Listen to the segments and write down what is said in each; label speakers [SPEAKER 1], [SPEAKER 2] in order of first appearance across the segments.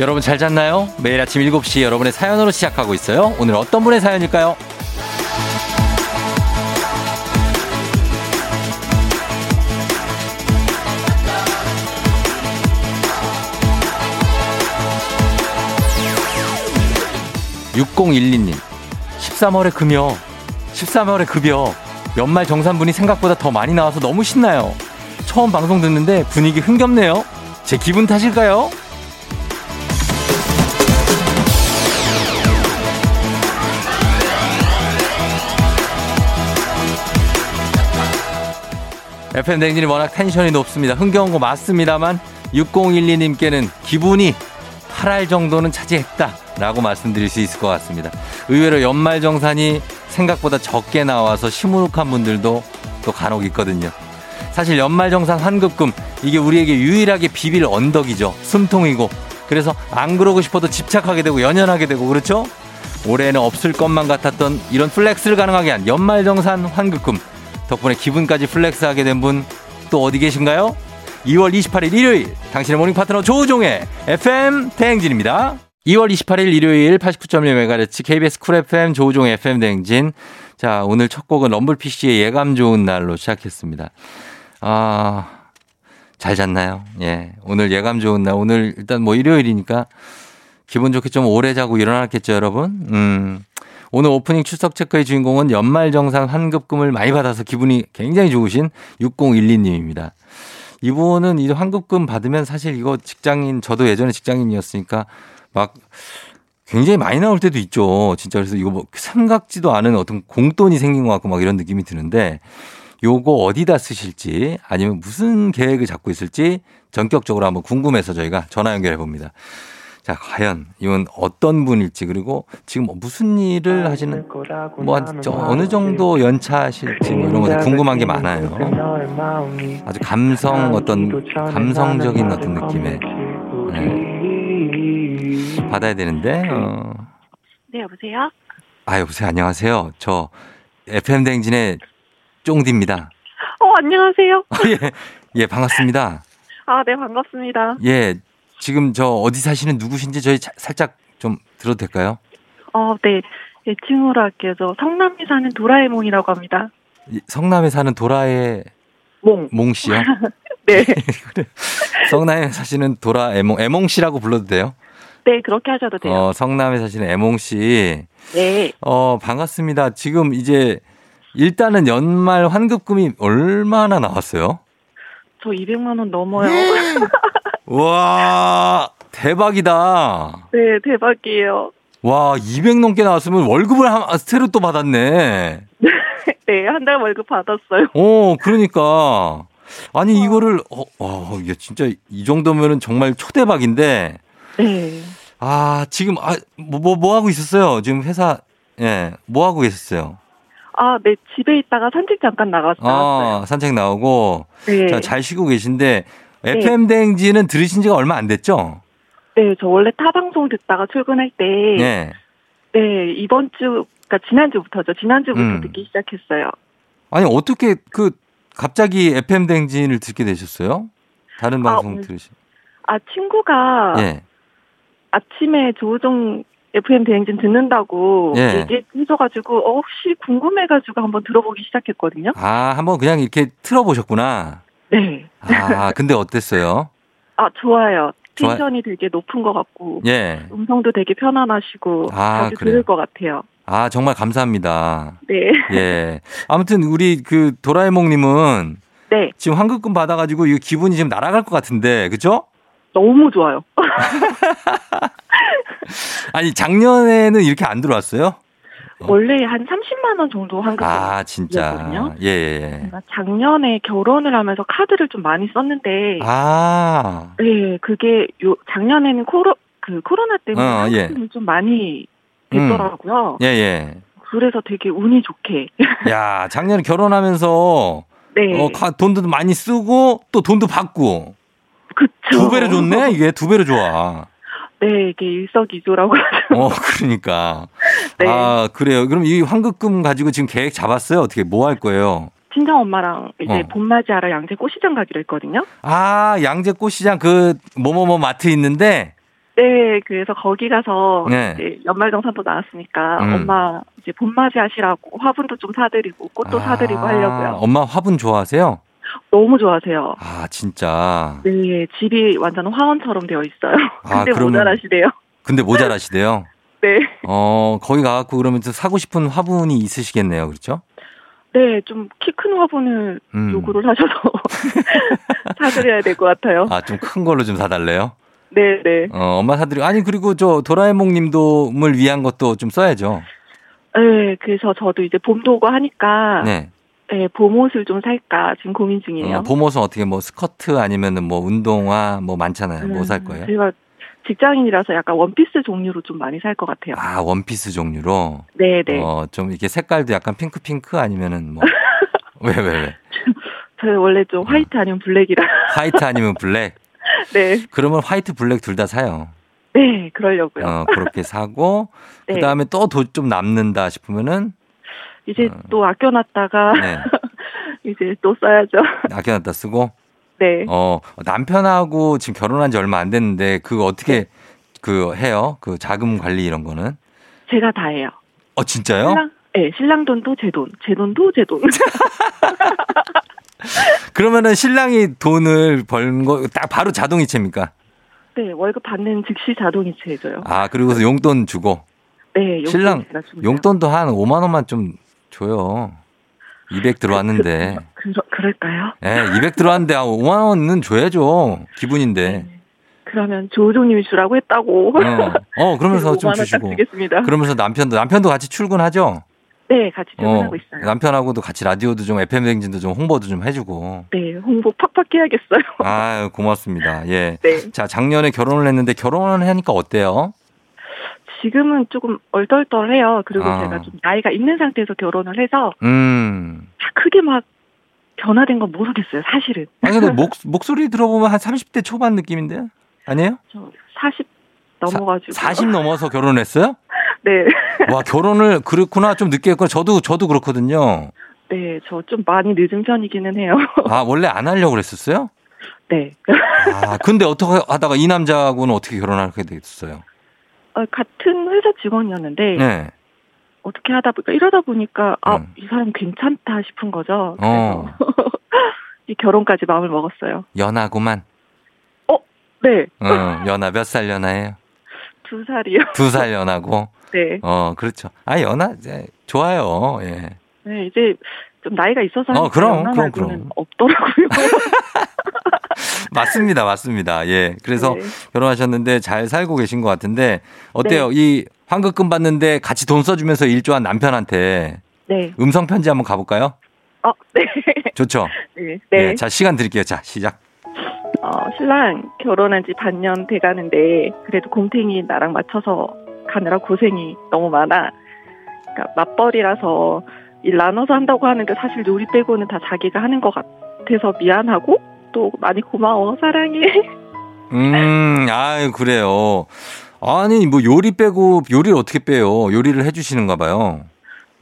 [SPEAKER 1] 여러분 잘 잤나요? 매일 아침 7시 여러분의 사연으로 시작하고 있어요. 오늘 어떤 분의 사연일까요? 6012님. 13월에 금요. 13월에 급여. 연말 정산분이 생각보다 더 많이 나와서 너무 신나요. 처음 방송 듣는데 분위기 흥겹네요. 제 기분 탓일까요? FM 댕진이 워낙 텐션이 높습니다. 흥겨운 거 맞습니다만 6012님께는 기분이 8할 정도는 차지했다라고 말씀드릴 수 있을 것 같습니다. 의외로 연말 정산이 생각보다 적게 나와서 시무룩한 분들도 또 간혹 있거든요. 사실 연말 정산 환급금 이게 우리에게 유일하게 비빌 언덕이죠. 숨통이고 그래서 안 그러고 싶어도 집착하게 되고 연연하게 되고 그렇죠? 올해는 없을 것만 같았던 이런 플렉스를 가능하게 한 연말정산 환급금 덕분에 기분까지 플렉스하게 된 분 또 어디 계신가요? 2월 28일 일요일 당신의 모닝 파트너 조우종의 FM 대행진입니다. 2월 28일 일요일 89.1MHz KBS 쿨 FM 조우종의 FM 대행진 자 오늘 첫 곡은 럼블피쉬의 예감 좋은 날로 시작했습니다. 아... 잘 잤나요? 예. 오늘 예감 좋은 날. 오늘 일단 뭐 일요일이니까 기분 좋게 좀 오래 자고 일어났겠죠, 여러분? 음. 오늘 오프닝 출석 체크의 주인공은 연말정산 환급금을 많이 받아서 기분이 굉장히 좋으신 6012님입니다. 이분은 이 환급금 받으면 사실 이거 직장인, 저도 예전에 직장인이었으니까 막 굉장히 많이 나올 때도 있죠. 진짜 그래서 이거 뭐 생각지도 않은 어떤 공돈이 생긴 것 같고 막 이런 느낌이 드는데 요거 어디다 쓰실지 아니면 무슨 계획을 잡고 있을지 전격적으로 한번 궁금해서 저희가 전화 연결해 봅니다. 자, 과연 이건 어떤 분일지 그리고 지금 뭐 무슨 일을 어, 하시는 네. 뭐 한- 저- 어느 정도 연차실지 뭐 이런 것들 궁금한 게 많아요. 아주 감성
[SPEAKER 2] 음,
[SPEAKER 1] 어떤 감성적인 어떤 네. 느낌에 받아야 되는데 어.
[SPEAKER 2] 네, 여보세요?
[SPEAKER 1] 아 여보세요 안녕하세요 저 FM 댕진의 쫑디입니다
[SPEAKER 2] 어, 안녕하세요.
[SPEAKER 1] 예, 예 반갑습니다
[SPEAKER 2] 아, 네, 반갑습니다.
[SPEAKER 1] 예 지금 저 어디 사시는 누구신지 저희 자- 살짝 좀 들어도 될까요
[SPEAKER 2] 어, 네. 예칭으로 할게요. 저 성남에 사는 도라에몽이라고 합니다.
[SPEAKER 1] 이 성남에 사는 도라의
[SPEAKER 2] 몽.
[SPEAKER 1] 몽 씨요
[SPEAKER 2] 네.
[SPEAKER 1] 성남에 사시는 도라 에몽 에몽 씨라고 불러도 돼요
[SPEAKER 2] 네, 그렇게 하셔도 돼요.
[SPEAKER 1] 어 성남에 사시는 에몽 씨어
[SPEAKER 2] 네.
[SPEAKER 1] 반갑습니다 지금 이제 일단은 연말 환급금이 얼마나 나왔어요
[SPEAKER 2] 저 200만원 넘어요.
[SPEAKER 1] 네. 음. 와 대박이다
[SPEAKER 2] 네, 대박이에요.
[SPEAKER 1] 와, 200 넘게 나왔으면 월급을 한, 아, 스테로 또 받았네.
[SPEAKER 2] 네, 한 달 월급 받았어요.
[SPEAKER 1] 어, 그러니까. 아니, 이거를, 어, 와, 이게 진짜 이 정도면은 정말 초대박인데.
[SPEAKER 2] 네.
[SPEAKER 1] 아, 지금, 아, 뭐, 뭐, 뭐 하고 있었어요? 지금 회사, 예, 뭐 하고 계셨어요?
[SPEAKER 2] 아, 네, 집에 있다가 산책 잠깐 나갔어요.
[SPEAKER 1] 아, 산책 나오고.
[SPEAKER 2] 네.
[SPEAKER 1] 자, 잘 쉬고 계신데, FM대행지는 들으신 지가 얼마 안 됐죠?
[SPEAKER 2] 네, 저 원래 타 방송 듣다가 출근할 때, 네,
[SPEAKER 1] 예.
[SPEAKER 2] 이번 주, 그러니까 지난주부터죠. 지난주부터
[SPEAKER 1] 음.
[SPEAKER 2] 듣기 시작했어요.
[SPEAKER 1] 아니, 어떻게 그, 갑자기 FM대행진을 듣게 되셨어요? 다른
[SPEAKER 2] 아,
[SPEAKER 1] 방송
[SPEAKER 2] 오늘-
[SPEAKER 1] 들으신.
[SPEAKER 2] 아, 친구가,
[SPEAKER 1] 예.
[SPEAKER 2] 아침에 조우종 FM 대행진 듣는다고
[SPEAKER 1] 예.
[SPEAKER 2] 얘기해줘가지고 어, 혹시 궁금해가지고 한번 들어보기 시작했거든요.
[SPEAKER 1] 아, 한번 그냥 이렇게 틀어보셨구나.
[SPEAKER 2] 네.
[SPEAKER 1] 아, 근데 어땠어요?
[SPEAKER 2] 아 좋아요.
[SPEAKER 1] 좋아-
[SPEAKER 2] 텐션이 되게 높은 것 같고
[SPEAKER 1] 예.
[SPEAKER 2] 음성도 되게 편안하시고
[SPEAKER 1] 아,
[SPEAKER 2] 자주
[SPEAKER 1] 그래요?
[SPEAKER 2] 들을 것 같아요.
[SPEAKER 1] 아, 정말 감사합니다.
[SPEAKER 2] 네.
[SPEAKER 1] 예. 아무튼 우리 그 도라에몽님은
[SPEAKER 2] 네.
[SPEAKER 1] 지금 환급금 받아가지고 이 기분이 지금 날아갈 것 같은데, 그죠?
[SPEAKER 2] 너무 좋아요.
[SPEAKER 1] 아니, 작년에는 이렇게 안 들어왔어요? 어.
[SPEAKER 2] 원래 한 30만 원 정도 환급.
[SPEAKER 1] 아, 진짜.
[SPEAKER 2] 그랬거든요.
[SPEAKER 1] 예, 예.
[SPEAKER 2] 제가 작년에 결혼을 하면서 카드를 좀 많이 썼는데
[SPEAKER 1] 아,
[SPEAKER 2] 네, 그게 요 작년에는 코로 그 코로나 때문에
[SPEAKER 1] 어, 예.
[SPEAKER 2] 환급금이 좀 많이
[SPEAKER 1] 음.
[SPEAKER 2] 됐더라고요.
[SPEAKER 1] 예, 예.
[SPEAKER 2] 그래서 되게 운이 좋게.
[SPEAKER 1] 야, 작년에 결혼하면서
[SPEAKER 2] 네.
[SPEAKER 1] 어, 가- 돈도 많이 쓰고 또 돈도 받고
[SPEAKER 2] 그쵸.
[SPEAKER 1] 두 배로 좋네? 이게 두 배로 좋아.
[SPEAKER 2] 네, 이게 일석이조라고.
[SPEAKER 1] 어, 그러니까.
[SPEAKER 2] 네.
[SPEAKER 1] 아, 그래요. 그럼 이 환급금 가지고 지금 계획 잡았어요? 어떻게 뭐 할 거예요?
[SPEAKER 2] 친정 엄마랑 이제
[SPEAKER 1] 어.
[SPEAKER 2] 봄맞이하러 양재 꽃시장 가기로 했거든요.
[SPEAKER 1] 아, 양재 꽃시장 그 뭐뭐뭐 마트 있는데
[SPEAKER 2] 네, 그래서 거기 가서
[SPEAKER 1] 네.
[SPEAKER 2] 이제 연말정산도 나왔으니까
[SPEAKER 1] 음.
[SPEAKER 2] 엄마 이제 봄맞이 하시라고 화분도 좀 사드리고 꽃도
[SPEAKER 1] 아,
[SPEAKER 2] 사드리고 하려고요.
[SPEAKER 1] 엄마 화분 좋아하세요?
[SPEAKER 2] 너무 좋아하세요.
[SPEAKER 1] 아, 진짜.
[SPEAKER 2] 네, 집이 완전 화원처럼 되어 있어요.
[SPEAKER 1] 아,
[SPEAKER 2] 근데
[SPEAKER 1] 그러면-
[SPEAKER 2] 모자라시대요.
[SPEAKER 1] 근데 모자라시대요.
[SPEAKER 2] 네,
[SPEAKER 1] 어, 거기 가갖고 그러면 또 사고 싶은 화분이 있으시겠네요. 그렇죠?
[SPEAKER 2] 네, 좀 키 큰 화분을
[SPEAKER 1] 음.
[SPEAKER 2] 요구를 하셔서 사드려야 될 것 같아요.
[SPEAKER 1] 아, 좀 큰 걸로 좀 사달래요?
[SPEAKER 2] 네, 네.
[SPEAKER 1] 어, 엄마 사드리고. 아니, 그리고 저 도라에몽 님도을 위한 것도 좀 써야죠.
[SPEAKER 2] 네, 그래서 저도 이제 봄도 오고 하니까
[SPEAKER 1] 네.
[SPEAKER 2] 네, 봄 옷을 좀 살까 지금 고민 중이에요.
[SPEAKER 1] 어, 봄옷은 어떻게 뭐 스커트 아니면은 뭐 운동화 뭐 많잖아요. 뭐 살
[SPEAKER 2] 음,
[SPEAKER 1] 거예요?
[SPEAKER 2] 제가 직장인이라서 약간 원피스 종류로 좀 많이 살 것 같아요.
[SPEAKER 1] 아, 원피스 종류로.
[SPEAKER 2] 네, 네.
[SPEAKER 1] 어, 좀 이렇게 색깔도 약간 핑크핑크 아니면은 뭐. 왜, 왜, 왜?
[SPEAKER 2] 저는 원래
[SPEAKER 1] 어.
[SPEAKER 2] 좀 화이트 아니면 블랙이라.
[SPEAKER 1] 화이트 아니면 블랙?
[SPEAKER 2] 네,
[SPEAKER 1] 그러면 화이트, 블랙 둘 다 사요.
[SPEAKER 2] 네, 그러려고요.
[SPEAKER 1] 어, 그렇게 사고,
[SPEAKER 2] 네.
[SPEAKER 1] 그 다음에 또 돈 좀 남는다 싶으면은,
[SPEAKER 2] 이제
[SPEAKER 1] 어.
[SPEAKER 2] 또 아껴놨다가
[SPEAKER 1] 네,
[SPEAKER 2] 이제 또 써야죠.
[SPEAKER 1] 아껴놨다 쓰고,
[SPEAKER 2] 네.
[SPEAKER 1] 어, 남편하고 지금 결혼한 지 얼마 안 됐는데, 그거
[SPEAKER 2] 네.
[SPEAKER 1] 어떻게, 그, 해요? 그 자금 관리 이런 거는?
[SPEAKER 2] 제가 다 해요.
[SPEAKER 1] 어, 진짜요?
[SPEAKER 2] 신랑, 네, 신랑 돈도 제 돈, 제 돈도 제 돈.
[SPEAKER 1] 그러면은 신랑이 돈을 번 거 딱 바로 자동이체입니까?
[SPEAKER 2] 네, 월급 받는 즉시 자동이체해줘요.
[SPEAKER 1] 아, 그리고서 용돈 주고,
[SPEAKER 2] 네, 용돈
[SPEAKER 1] 신랑
[SPEAKER 2] 제가 주고요.
[SPEAKER 1] 용돈도 한 5만 원만 좀 줘요. 200 들어왔는데.
[SPEAKER 2] 그러, 그럴까요?
[SPEAKER 1] 예, 200 들어왔는데 아, 5만 원은 줘야죠. 기분인데.
[SPEAKER 2] 그러면 조우종님이 주라고 했다고.
[SPEAKER 1] 어, 어, 그러면서 좀
[SPEAKER 2] 5만 네. 원딱
[SPEAKER 1] 주시고.
[SPEAKER 2] 주겠습니다.
[SPEAKER 1] 그러면서 남편도 남편도 같이 출근하죠.
[SPEAKER 2] 네, 같이
[SPEAKER 1] 어,
[SPEAKER 2] 출근하고 있어요.
[SPEAKER 1] 남편하고도 같이 라디오도 좀 FM 행진도 좀 홍보도 좀 해주고.
[SPEAKER 2] 네, 홍보 팍팍 해야겠어요.
[SPEAKER 1] 아유 고맙습니다. 예.
[SPEAKER 2] 네,
[SPEAKER 1] 자 작년에 결혼을 했는데 결혼을 하니까 어때요?
[SPEAKER 2] 지금은 조금 얼떨떨해요. 그리고
[SPEAKER 1] 아.
[SPEAKER 2] 제가 좀 나이가 있는 상태에서 결혼을 해서
[SPEAKER 1] 음.
[SPEAKER 2] 크게 막 변화된 건 모르겠어요. 사실은
[SPEAKER 1] 아니 근데 목 목소리 들어보면 한 30대 초반 느낌인데 아니에요?
[SPEAKER 2] 저40 넘어가지고
[SPEAKER 1] 40 넘어서 결혼했어요?
[SPEAKER 2] 네,
[SPEAKER 1] 와 결혼을 그렇구나 좀 늦게 했구나 저도 저도 그렇거든요
[SPEAKER 2] 네, 저 좀 많이 늦은 편이기는 해요.
[SPEAKER 1] 아 원래 안 하려고 그랬었어요
[SPEAKER 2] 네,
[SPEAKER 1] 아 근데 어떻게 하다가 이 남자하고는 어떻게 결혼하게 됐어요
[SPEAKER 2] 어, 같은 회사 직원이었는데
[SPEAKER 1] 네어
[SPEAKER 2] 어떻게 하다 보니까 이러다 보니까 아
[SPEAKER 1] 음.
[SPEAKER 2] 이 사람 괜찮다 싶은 거죠.
[SPEAKER 1] 어.
[SPEAKER 2] 그래서 이 결혼까지 마음을 먹었어요.
[SPEAKER 1] 연하구만
[SPEAKER 2] 네,
[SPEAKER 1] 어 연하 몇 살 연하예요
[SPEAKER 2] 두 살이요.
[SPEAKER 1] 두 살 연하고
[SPEAKER 2] 네,
[SPEAKER 1] 어 그렇죠 아 연하 이제 좋아요 예아
[SPEAKER 2] 네 이제 좀 나이가 있어서
[SPEAKER 1] 어, 그럼,
[SPEAKER 2] 하니까
[SPEAKER 1] 그럼, 그럼.
[SPEAKER 2] 연하고는 없더라고요.
[SPEAKER 1] 맞습니다 맞습니다 예 그래서
[SPEAKER 2] 네.
[SPEAKER 1] 결혼하셨는데 잘 살고 계신 것 같은데 어때요
[SPEAKER 2] 네.
[SPEAKER 1] 이 환급금 받는데 같이 돈 써주면서 일조한 남편한테
[SPEAKER 2] 네.
[SPEAKER 1] 음성 편지 한번 가볼까요
[SPEAKER 2] 어, 네.
[SPEAKER 1] 좋죠
[SPEAKER 2] 네.
[SPEAKER 1] 예, 자 시간 드릴게요. 자 시작.
[SPEAKER 2] 어, 신랑 결혼한 지 반년 돼 가는데 그래도 곰탱이 나랑 맞춰서 가느라 고생이 너무 많아. 그러니까 맞벌이라서 일 나눠서 한다고 하는데 사실 요리 빼고는 다 자기가 하는 것 같아서 미안하고 또 많이 고마워 사랑해.
[SPEAKER 1] 음, 아유 그래요. 아니 뭐 요리 빼고 요리를 어떻게 빼요? 요리를 해주시는가 봐요.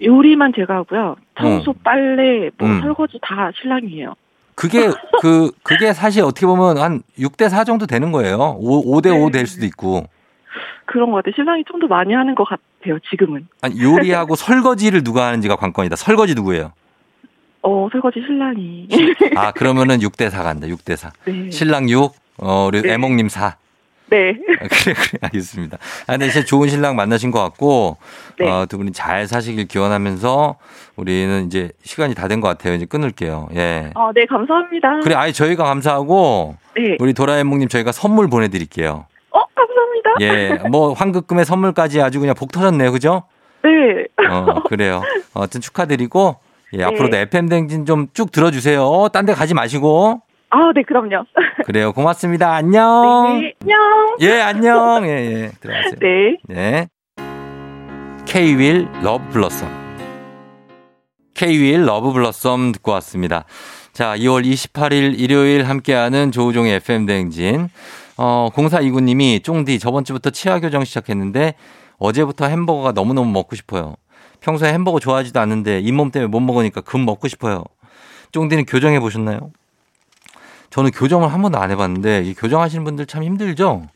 [SPEAKER 2] 요리만 제가 하고요. 청소, 빨래, 뭐
[SPEAKER 1] 음.
[SPEAKER 2] 설거지 다 신랑이에요.
[SPEAKER 1] 그게 그 그게 사실 어떻게 보면 한 6대 4 정도 되는 거예요. 5, 대
[SPEAKER 2] 네.
[SPEAKER 1] 5 될 수도 있고.
[SPEAKER 2] 그런 것 같아요. 신랑이 좀 더 많이 하는 것 같아요. 지금은.
[SPEAKER 1] 아니 요리하고 설거지를 누가 하는지가 관건이다. 설거지 누구예요?
[SPEAKER 2] 어 설거지 신랑이.
[SPEAKER 1] 아 그러면은 6대 4 간다. 6대 4.
[SPEAKER 2] 네.
[SPEAKER 1] 신랑 6, 어 우리
[SPEAKER 2] 네.
[SPEAKER 1] 애몽님 4.
[SPEAKER 2] 네.
[SPEAKER 1] 아, 그래 그래 알겠습니다. 아 근데 진짜 좋은 신랑 만나신 것 같고
[SPEAKER 2] 네.
[SPEAKER 1] 어, 두 분이 잘 사시길 기원하면서 우리는 이제 시간이 다 된 것 같아요. 이제 끊을게요. 예.
[SPEAKER 2] 어, 네, 감사합니다.
[SPEAKER 1] 그래 아예 저희가 감사하고
[SPEAKER 2] 네.
[SPEAKER 1] 우리 도라에몽님 저희가 선물 보내드릴게요.
[SPEAKER 2] 어, 감사합니다.
[SPEAKER 1] 예. 뭐 황급금의 선물까지 아주 그냥 복 터졌네요. 그죠?
[SPEAKER 2] 네.
[SPEAKER 1] 어 그래요. 어쨌든 축하드리고 예,
[SPEAKER 2] 네.
[SPEAKER 1] 앞으로도 FM 댕진 좀 쭉 들어주세요. 딴 데 가지 마시고
[SPEAKER 2] 아, 네, 그럼요.
[SPEAKER 1] 그래요. 고맙습니다. 안녕.
[SPEAKER 2] 네, 안녕.
[SPEAKER 1] 예 안녕. 예예 들어가세요.
[SPEAKER 2] 네.
[SPEAKER 1] 네. K-윌 러브 블러썸. K-윌 러브 블러썸 듣고 왔습니다. 자, 2월 28일 일요일 함께하는 조우종의 FM대행진. 어, 0429님이 쫑디 저번 주부터 치아 교정 시작했는데 어제부터 햄버거가 너무너무 먹고 싶어요. 평소에 햄버거 좋아하지도 않는데 잇몸 때문에 못 먹으니까 금 먹고 싶어요. 쫑디는 교정해 보셨나요? 저는 교정을 한 번도 안 해봤는데 이 교정하시는 분들 참 힘들죠?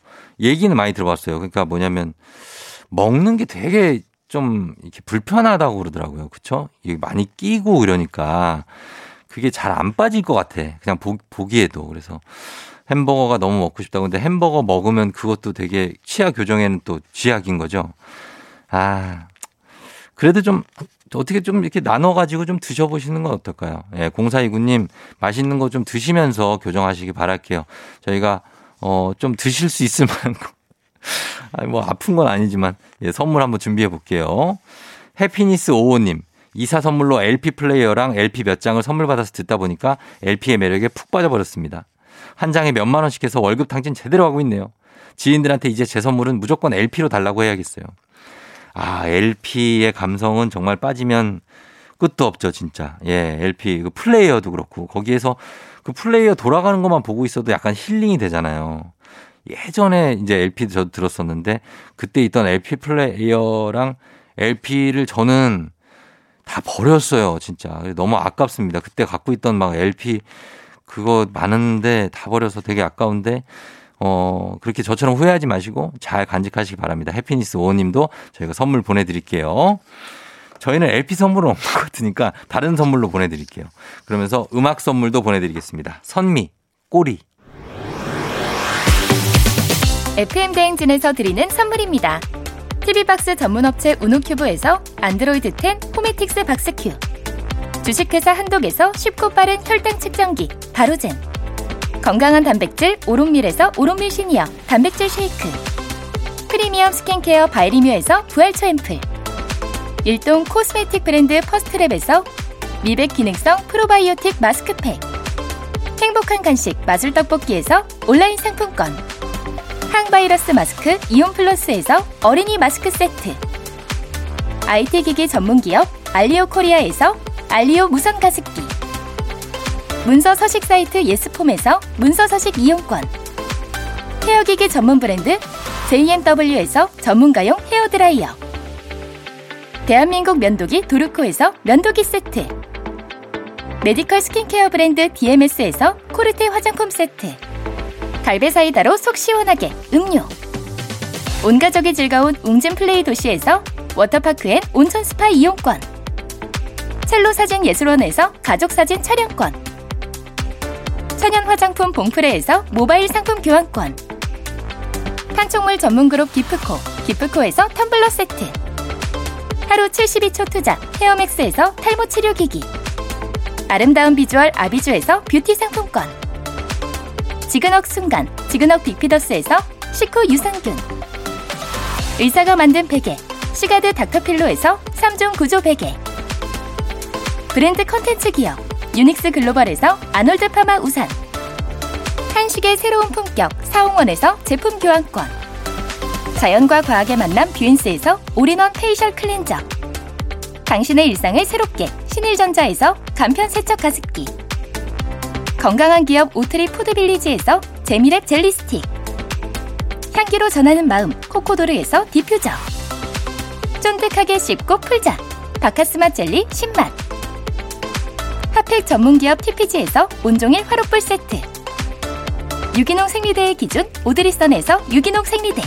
[SPEAKER 1] 얘기는 많이 들어봤어요. 그러니까 뭐냐면 먹는 게 되게 좀 이렇게 불편하다고 그러더라고요. 그쵸? 이게 많이 끼고 이러니까 그게 잘 안 빠질 것 같아. 그냥 보, 보기에도. 그래서 햄버거가 너무 먹고 싶다. 근데 햄버거 먹으면 그것도 되게 치아 교정에는 또 쥐약인 거죠. 아, 그래도 좀 어떻게 좀 이렇게 나눠가지고 좀 드셔보시는 건 어떨까요? 예, 공사이구님 맛있는 거 좀 드시면서 교정하시기 바랄게요. 저희가 어, 좀 드실 수 있을 만한 거. 아니, 뭐 아픈 건 아니지만 예, 선물 한번 준비해 볼게요. 해피니스 55님. 이사 선물로 LP 플레이어랑 LP 몇 장을 선물 받아서 듣다 보니까 LP의 매력에 푹 빠져버렸습니다. 한 장에 몇만 원씩 해서 월급 탕진 제대로 하고 있네요. 지인들한테 이제 제 선물은 무조건 LP로 달라고 해야겠어요. 아, LP의 감성은 정말 빠지면 끝도 없죠, 진짜. 예, LP. 그 플레이어도 그렇고, 거기에서 그 플레이어 돌아가는 것만 보고 있어도 약간 힐링이 되잖아요. 예전에 이제 LP 저도 들었었는데, 그때 있던 LP 플레이어랑 LP를 저는 다 버렸어요, 진짜. 너무 아깝습니다. 그때 갖고 있던 막 LP 그거 많은데 다 버려서 되게 아까운데, 어, 그렇게 저처럼 후회하지 마시고 잘 간직하시기 바랍니다. 해피니스 오호님도 저희가 선물 보내드릴게요. 저희는 LP 선물은 없는 것 같으니까 다른 선물로 보내드릴게요. 그러면서 음악 선물도 보내드리겠습니다. 선미, 꼬리.
[SPEAKER 3] FM 대행진에서 드리는 선물입니다. TV 박스 전문 업체 우노큐브에서 안드로이드 10 호메틱스 박스큐. 주식회사 한독에서 쉽고 빠른 혈당 측정기 바로젠. 건강한 단백질 오롯밀에서 오롯밀 시니어 단백질 쉐이크 프리미엄 스킨케어 바이리뮤에서 부활초 앰플 일동 코스메틱 브랜드 퍼스트랩에서 미백 기능성 프로바이오틱 마스크팩 행복한 간식 마술 떡볶이에서 온라인 상품권 항바이러스 마스크 이온 플러스에서 어린이 마스크 세트 IT 기기 전문 기업 알리오 코리아에서 알리오 무선 가습기 문서 서식 사이트 예스폼에서 문서 서식 이용권. 헤어기기 전문 브랜드 JMW에서 전문가용 헤어드라이어. 대한민국 면도기 도르코에서 면도기 세트. 메디컬 스킨케어 브랜드 DMS에서 코르테 화장품 세트. 갈베사이다로 속 시원하게 음료. 온가족이 즐거운 웅진 플레이 도시에서 워터파크 엔 온천 스파 이용권. 첼로 사진 예술원에서 가족 사진 촬영권. 천연 화장품 봉프레에서 모바일 상품 교환권. 탄총물 전문 그룹 기프코, 기프코에서 텀블러 세트. 하루 72초 투자, 헤어맥스에서 탈모 치료기기. 아름다운 비주얼 아비주에서 뷰티 상품권. 지그넉 순간, 지그넉 빅피더스에서 식후 유산균. 의사가 만든 베개, 시가드 닥터필로에서 3종 구조 베개. 브랜드 컨텐츠 기업, 유닉스 글로벌에서 아놀드 파마 우산 한식의 새로운 품격 사홍원에서 제품 교환권 자연과 과학의 만남 뷰인스에서 올인원 페이셜 클렌저 당신의 일상을 새롭게 신일전자에서 간편 세척 가습기 건강한 기업 오트리 포드빌리지에서 재미랩 젤리 스틱 향기로 전하는 마음 코코도르에서 디퓨저 쫀득하게 씹고 풀자 바카스맛 젤리 신맛 핫팩 전문기업 TPG에서 온종일 화롯불 세트 유기농 생리대의 기준 오드리선에서 유기농 생리대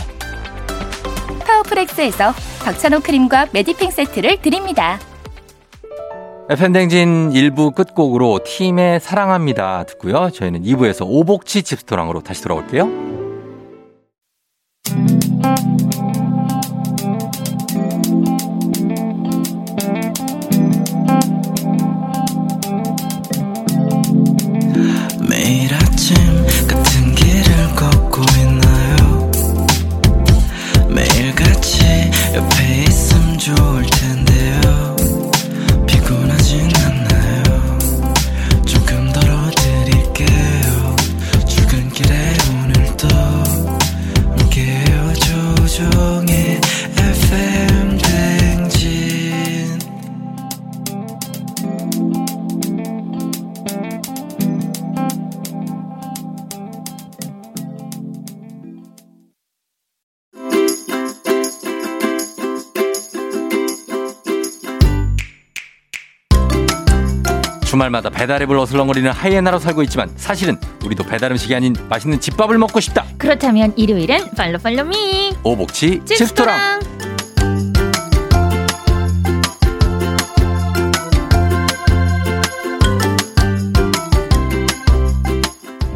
[SPEAKER 3] 파워풀엑스에서 박찬호 크림과 메디핑 세트를 드립니다.
[SPEAKER 1] FM댕진 1부 끝곡으로 팀의 사랑합니다 듣고요. 저희는 2부에서 오복치 집스토랑으로 다시 돌아올게요.
[SPEAKER 4] 조금 덜어드릴게요 출근길에 오늘도
[SPEAKER 1] 주말마다 배달앱을 어슬렁거리는 하이에나로 살고 있지만 사실은 우리도 배달음식이 아닌 맛있는 집밥을 먹고 싶다.
[SPEAKER 4] 그렇다면 일요일은 팔로 팔로 미.
[SPEAKER 1] 오복치 칩스토랑.
[SPEAKER 4] 칩스토랑.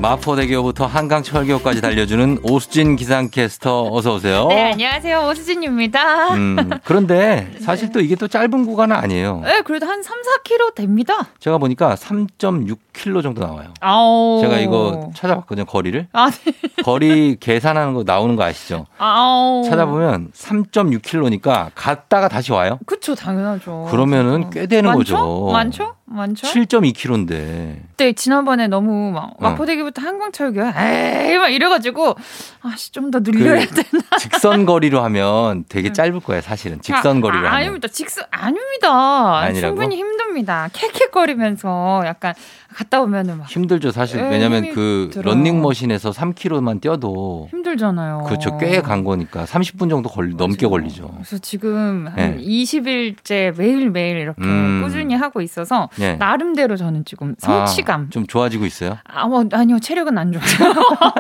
[SPEAKER 1] 마포대교부터 한강철교까지 달려주는 오수진 기상캐스터 어서 오세요.
[SPEAKER 4] 네, 안녕하세요. 오수진입니다.
[SPEAKER 1] 음, 그런데 사실 또 이게 또 짧은 구간은 아니에요.
[SPEAKER 4] 네, 그래도 한 3, 4kg 됩니다.
[SPEAKER 1] 제가 보니까 3.6km 정도 나와요.
[SPEAKER 4] 아오.
[SPEAKER 1] 제가 이거 찾아봤거든요, 거리를.
[SPEAKER 4] 아, 네.
[SPEAKER 1] 거리 계산하는 거 나오는 거 아시죠?
[SPEAKER 4] 아오.
[SPEAKER 1] 찾아보면 3.6km니까 갔다가 다시 와요.
[SPEAKER 4] 그쵸, 당연하죠.
[SPEAKER 1] 그러면은 꽤 되는
[SPEAKER 4] 많죠?
[SPEAKER 1] 거죠.
[SPEAKER 4] 많죠? 그렇죠? 많죠?
[SPEAKER 1] 7.2km인데.
[SPEAKER 4] 그때 지난번에 너무 막 마포대교부터 한강철교 에이 막 이래가지고 아씨 좀 더 늘려야
[SPEAKER 1] 그
[SPEAKER 4] 돼.
[SPEAKER 1] 직선 거리로 하면 되게 짧을 거예요, 사실은. 직선 거리로
[SPEAKER 4] 아,
[SPEAKER 1] 하면.
[SPEAKER 4] 아닙니다. 직선 아닙니다.
[SPEAKER 1] 아니라고?
[SPEAKER 4] 충분히 힘듭니다. 캐캐거리면서 약간 갔다 오면은 막
[SPEAKER 1] 힘들죠, 사실.
[SPEAKER 4] 에이,
[SPEAKER 1] 왜냐면
[SPEAKER 4] 예, 힘이
[SPEAKER 1] 그
[SPEAKER 4] 들어요.
[SPEAKER 1] 런닝머신에서 3km만 뛰어도
[SPEAKER 4] 힘들잖아요.
[SPEAKER 1] 그렇죠. 꽤 간 거니까 30분 정도 걸리, 넘게 걸리죠.
[SPEAKER 4] 그래서 지금 한
[SPEAKER 1] 네.
[SPEAKER 4] 20일째 매일매일 이렇게
[SPEAKER 1] 음.
[SPEAKER 4] 꾸준히 하고 있어서
[SPEAKER 1] 예.
[SPEAKER 4] 나름대로 저는 지금 성취감.
[SPEAKER 1] 아, 좀 좋아지고 있어요.
[SPEAKER 4] 아, 뭐, 아니요, 체력은 안 좋아요.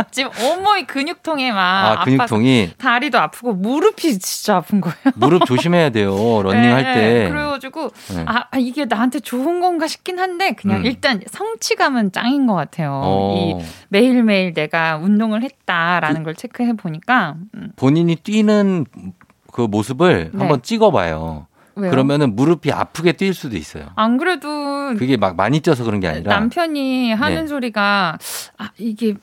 [SPEAKER 4] 지금 온몸이 근육통에 막
[SPEAKER 1] 아,
[SPEAKER 4] 아, 파서
[SPEAKER 1] 근육통이
[SPEAKER 4] 다리도 아프고 무릎이 진짜 아픈 거예요.
[SPEAKER 1] 무릎 조심해야 돼요. 런닝할
[SPEAKER 4] 네,
[SPEAKER 1] 때.
[SPEAKER 4] 그래가지고
[SPEAKER 1] 네.
[SPEAKER 4] 아 아, 이게 나한테 좋은 건가 싶긴 한데 그냥
[SPEAKER 1] 음.
[SPEAKER 4] 일단 성취감은 짱인 것 같아요.
[SPEAKER 1] 어,
[SPEAKER 4] 이 매일매일 내가 운동을 했다라는 걸 체크해 보니까 음,
[SPEAKER 1] 본인이 뛰는 그 모습을
[SPEAKER 4] 네.
[SPEAKER 1] 한번 찍어봐요.
[SPEAKER 4] 왜요?
[SPEAKER 1] 그러면은 무릎이 아프게 뛸 수도 있어요.
[SPEAKER 4] 안 그래도
[SPEAKER 1] 그게 막 많이 뛰어서 그런 게 아니라
[SPEAKER 4] 남편이 하는
[SPEAKER 1] 네.
[SPEAKER 4] 소리가 아 이게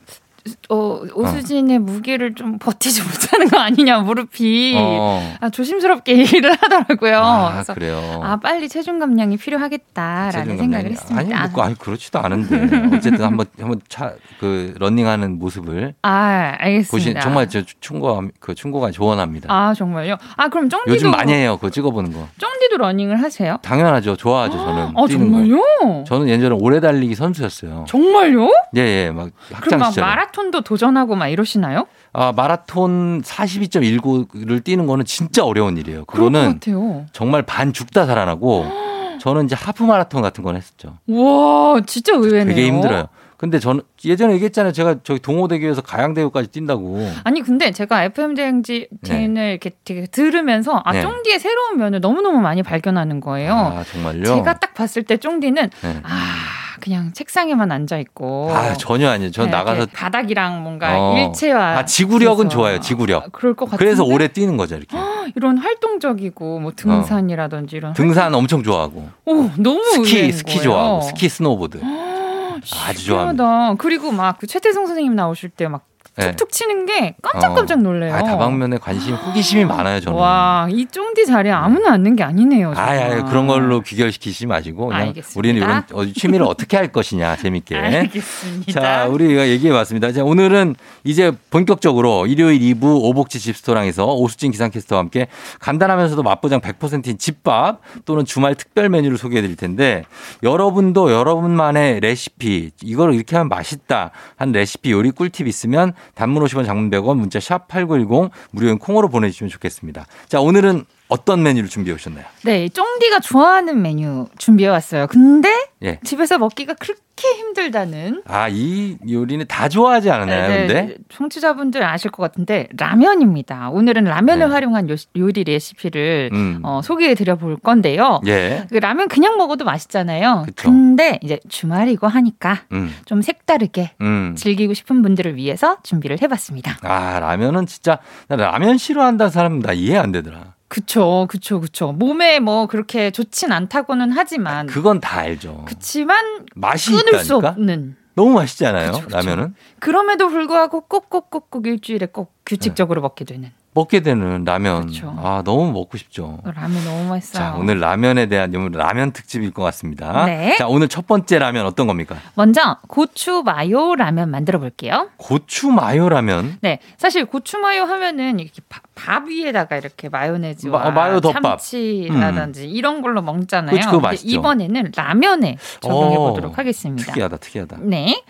[SPEAKER 4] 어, 오수진의 무게를 좀 버티지 못하는 거 아니냐 무릎이
[SPEAKER 1] 어.
[SPEAKER 4] 아, 조심스럽게 얘기를 하더라고요.
[SPEAKER 1] 아,
[SPEAKER 4] 어, 그래서
[SPEAKER 1] 그래요.
[SPEAKER 4] 아 빨리 체중 감량이 필요하겠다라는
[SPEAKER 1] 체중
[SPEAKER 4] 생각을
[SPEAKER 1] 감량이-
[SPEAKER 4] 했습니다.
[SPEAKER 1] 아니, 뭐, 아니 그렇지도 않은데 어쨌든 한번 한번 차 그 러닝하는 모습을
[SPEAKER 4] 아, 알겠습니다.
[SPEAKER 1] 보신 정말 저 충고 그 충고가 조언합니다.
[SPEAKER 4] 아 정말요? 아 그럼 쫑디도
[SPEAKER 1] 요즘 많이 해요. 그거 찍어보는 거
[SPEAKER 4] 쫑디도 러닝을 하세요?
[SPEAKER 1] 당연하죠. 좋아하죠 저는
[SPEAKER 4] 아
[SPEAKER 1] 음, 뛰는 걸.
[SPEAKER 4] 정말요?
[SPEAKER 1] 저는 예전에 오래 달리기 선수였어요.
[SPEAKER 4] 정말요?
[SPEAKER 1] 예, 예, 막
[SPEAKER 4] 그럼
[SPEAKER 1] 학창
[SPEAKER 4] 막
[SPEAKER 1] 시절에.
[SPEAKER 4] 마라톤도 도전하고 막 이러시나요?
[SPEAKER 1] 아, 마라톤 42.19를 뛰는 거는 진짜 어려운 일이에요.
[SPEAKER 4] 그럴 것
[SPEAKER 1] 그거는
[SPEAKER 4] 같아요.
[SPEAKER 1] 정말 반 죽다 살아나고 저는 이제 하프 마라톤 같은 건 했었죠.
[SPEAKER 4] 와 진짜 의외네요.
[SPEAKER 1] 되게 힘들어요. 근데 저는 예전에 얘기했잖아요. 제가 저기 동호대교에서 가양대교까지 뛴다고.
[SPEAKER 4] 아니 근데 제가 FM 대행진을 이렇게 되게 들으면서 아
[SPEAKER 1] 네.
[SPEAKER 4] 쫑디의 새로운 면을 너무 너무 많이 발견하는 거예요.
[SPEAKER 1] 아, 정말요?
[SPEAKER 4] 제가 딱 봤을 때 쫑디는
[SPEAKER 1] 네.
[SPEAKER 4] 아 그냥 책상에만 앉아 있고
[SPEAKER 1] 아, 전혀 아니에요.
[SPEAKER 4] 네,
[SPEAKER 1] 전 나가서
[SPEAKER 4] 바닥이랑 뭔가
[SPEAKER 1] 어.
[SPEAKER 4] 일체화
[SPEAKER 1] 아, 지구력은
[SPEAKER 4] 돼서.
[SPEAKER 1] 좋아요. 지구력.
[SPEAKER 4] 아, 그럴 것 같은데 아,
[SPEAKER 1] 그래서 오래 뛰는 거죠, 이렇게.
[SPEAKER 4] 이런 활동적이고 뭐 등산이라든지 이런
[SPEAKER 1] 등산 엄청 좋아하고
[SPEAKER 4] 오 너무
[SPEAKER 1] 스키
[SPEAKER 4] 의외인
[SPEAKER 1] 스키
[SPEAKER 4] 거예요.
[SPEAKER 1] 좋아하고 스키 스노보드. 아주 좋아합니다.
[SPEAKER 4] 신기하다. 그리고 막 그 최태성 선생님 나오실 때 막
[SPEAKER 1] 예.
[SPEAKER 4] 툭툭 치는 게 깜짝깜짝 놀래요.
[SPEAKER 1] 아, 다방면에 관심 호기심이 많아요, 저는.
[SPEAKER 4] 와, 이 쫑디 자리에 아무나 앉는 게 아니네요.
[SPEAKER 1] 아,
[SPEAKER 4] 정말.
[SPEAKER 1] 아, 그런 걸로 귀결시키지 마시고 그냥
[SPEAKER 4] 알겠습니다.
[SPEAKER 1] 우리는 이런 어, 취미를 어떻게 할 것이냐 재밌게.
[SPEAKER 4] 알겠습니다.
[SPEAKER 1] 자, 우리가 얘기해봤습니다. 자, 오늘은 이제 본격적으로 일요일 2부 오복지 집스토랑에서 오수진 기상캐스터와 함께 간단하면서도 맛보장 100%인 집밥 또는 주말 특별 메뉴를 소개해드릴 텐데 여러분도 여러분만의 레시피 이걸 이렇게 하면 맛있다 한 레시피 요리 꿀팁 있으면 단문 50원 장문 100원 문자 샵 #8910 무료인 콩으로 보내주시면 좋겠습니다. 자, 오늘은 어떤 메뉴를 준비해 오셨나요?
[SPEAKER 4] 네, 쫑디가 좋아하는 메뉴 준비해 왔어요. 근데
[SPEAKER 1] 예.
[SPEAKER 4] 집에서 먹기가 그렇게 힘들다는
[SPEAKER 1] 아, 이 요리는 다 좋아하지
[SPEAKER 4] 네,
[SPEAKER 1] 않나요? 네, 근데
[SPEAKER 4] 청취자분들 아실 것 같은데 라면입니다. 오늘은 라면을
[SPEAKER 1] 네.
[SPEAKER 4] 활용한 요, 요리 레시피를
[SPEAKER 1] 음.
[SPEAKER 4] 어, 소개해 드려 볼 건데요.
[SPEAKER 1] 예.
[SPEAKER 4] 그 라면 그냥 먹어도 맛있잖아요.
[SPEAKER 1] 그쵸.
[SPEAKER 4] 근데 이제 주말이고 하니까
[SPEAKER 1] 음.
[SPEAKER 4] 좀 색다르게
[SPEAKER 1] 음.
[SPEAKER 4] 즐기고 싶은 분들을 위해서 준비를 해봤습니다.
[SPEAKER 1] 아 라면은 진짜 나 라면 싫어한다는 사람 나 이해 안 되더라.
[SPEAKER 4] 그쵸, 그쵸, 그쵸. 몸에 뭐 그렇게 좋진 않다고는 하지만
[SPEAKER 1] 아, 그건 다 알죠.
[SPEAKER 4] 아, 그치만
[SPEAKER 1] 맛이
[SPEAKER 4] 끊을 수
[SPEAKER 1] 있다니까.
[SPEAKER 4] 없는.
[SPEAKER 1] 너무 맛있잖아요.
[SPEAKER 4] 그쵸, 그쵸.
[SPEAKER 1] 라면은
[SPEAKER 4] 그럼에도 불구하고 꼭꼭꼭꼭 일주일에 꼭
[SPEAKER 1] 네.
[SPEAKER 4] 규칙적으로 먹게 되는
[SPEAKER 1] 먹게 되는 라면.
[SPEAKER 4] 그쵸.
[SPEAKER 1] 아 너무 먹고 싶죠.
[SPEAKER 4] 라면 너무 맛있어요.
[SPEAKER 1] 자 오늘 라면에 대한 오늘 라면 특집일 것 같습니다.
[SPEAKER 4] 네.
[SPEAKER 1] 자 오늘 첫 번째 라면 어떤 겁니까?
[SPEAKER 4] 먼저 고추 마요 라면 만들어 볼게요.
[SPEAKER 1] 고추 마요 라면.
[SPEAKER 4] 네, 사실 고추 마요 하면은 이렇게 바- 밥 위에다가 이렇게 마요네즈와
[SPEAKER 1] 마- 마요 덮밥. 음.
[SPEAKER 4] 참치라든지 이런 걸로 먹잖아요.
[SPEAKER 1] 그치, 그거
[SPEAKER 4] 근데
[SPEAKER 1] 맛있죠.
[SPEAKER 4] 이번에는 라면에 적용해 보도록
[SPEAKER 1] 어,
[SPEAKER 4] 하겠습니다.
[SPEAKER 1] 특이하다 특이하다.
[SPEAKER 4] 네,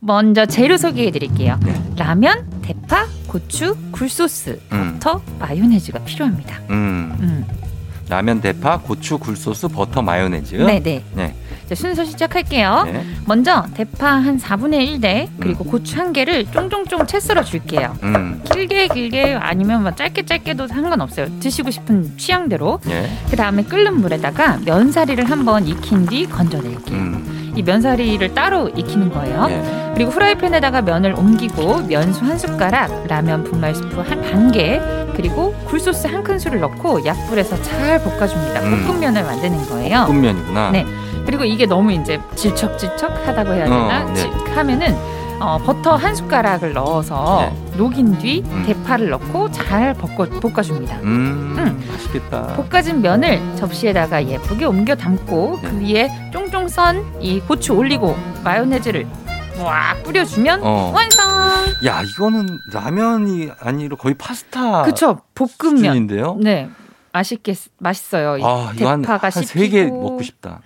[SPEAKER 4] 먼저 재료 소개해 드릴게요.
[SPEAKER 1] 네.
[SPEAKER 4] 라면, 대파, 고추, 굴소스,
[SPEAKER 1] 음,
[SPEAKER 4] 버터, 마요네즈가 필요합니다.
[SPEAKER 1] 음.
[SPEAKER 4] 음.
[SPEAKER 1] 라면 대파 고추 굴소스 버터 마요네즈.
[SPEAKER 4] 네, 네.
[SPEAKER 1] 네.
[SPEAKER 4] 자, 순서 시작할게요.
[SPEAKER 1] 네.
[SPEAKER 4] 먼저 대파 한 4분의 1대 그리고 고추 한 개를 쫑쫑쫑 채 썰어 줄게요.
[SPEAKER 1] 음.
[SPEAKER 4] 길게 길게 아니면 뭐 짧게 짧게도 상관없어요. 드시고 싶은 취향대로.
[SPEAKER 1] 예.
[SPEAKER 4] 그 다음에 끓는 물에다가 면사리를 한번 익힌 뒤 건져낼게요.
[SPEAKER 1] 음.
[SPEAKER 4] 이 면사리를 따로 익히는 거예요.
[SPEAKER 1] 예.
[SPEAKER 4] 그리고 후라이팬에다가 면을 옮기고 면수 한 숟가락, 라면 분말 스프 한 반 개, 그리고 굴소스 한 큰술을 넣고 약불에서 잘 볶아줍니다.
[SPEAKER 1] 음.
[SPEAKER 4] 볶음면을 만드는 거예요.
[SPEAKER 1] 볶음면이구나.
[SPEAKER 4] 네. 그리고 이게 너무 이제 질척질척하다고 해야
[SPEAKER 1] 어,
[SPEAKER 4] 되나?
[SPEAKER 1] 네.
[SPEAKER 4] 질- 하면은 어, 버터 한 숟가락을 넣어서 녹인 뒤
[SPEAKER 1] 음.
[SPEAKER 4] 대파를 넣고 잘 볶아, 볶아줍니다.
[SPEAKER 1] 음.
[SPEAKER 4] 음.
[SPEAKER 1] 맛있겠다.
[SPEAKER 4] 볶아진 면을 접시에다가 예쁘게 옮겨 담고
[SPEAKER 1] 네.
[SPEAKER 4] 그 위에 쫑쫑 선 이 고추 올리고 마요네즈를 와 뿌려주면
[SPEAKER 1] 어.
[SPEAKER 4] 완성.
[SPEAKER 1] 야, 이거는 라면이 아니라 거의 파스타
[SPEAKER 4] 그쵸 볶음면.
[SPEAKER 1] 수준인데요.
[SPEAKER 4] 네 맛있게 맛있어요. 이
[SPEAKER 1] 아, 이거 한,
[SPEAKER 4] 대파가
[SPEAKER 1] 한 세 개
[SPEAKER 4] 씹히고. 음,
[SPEAKER 1] 먹고 싶다.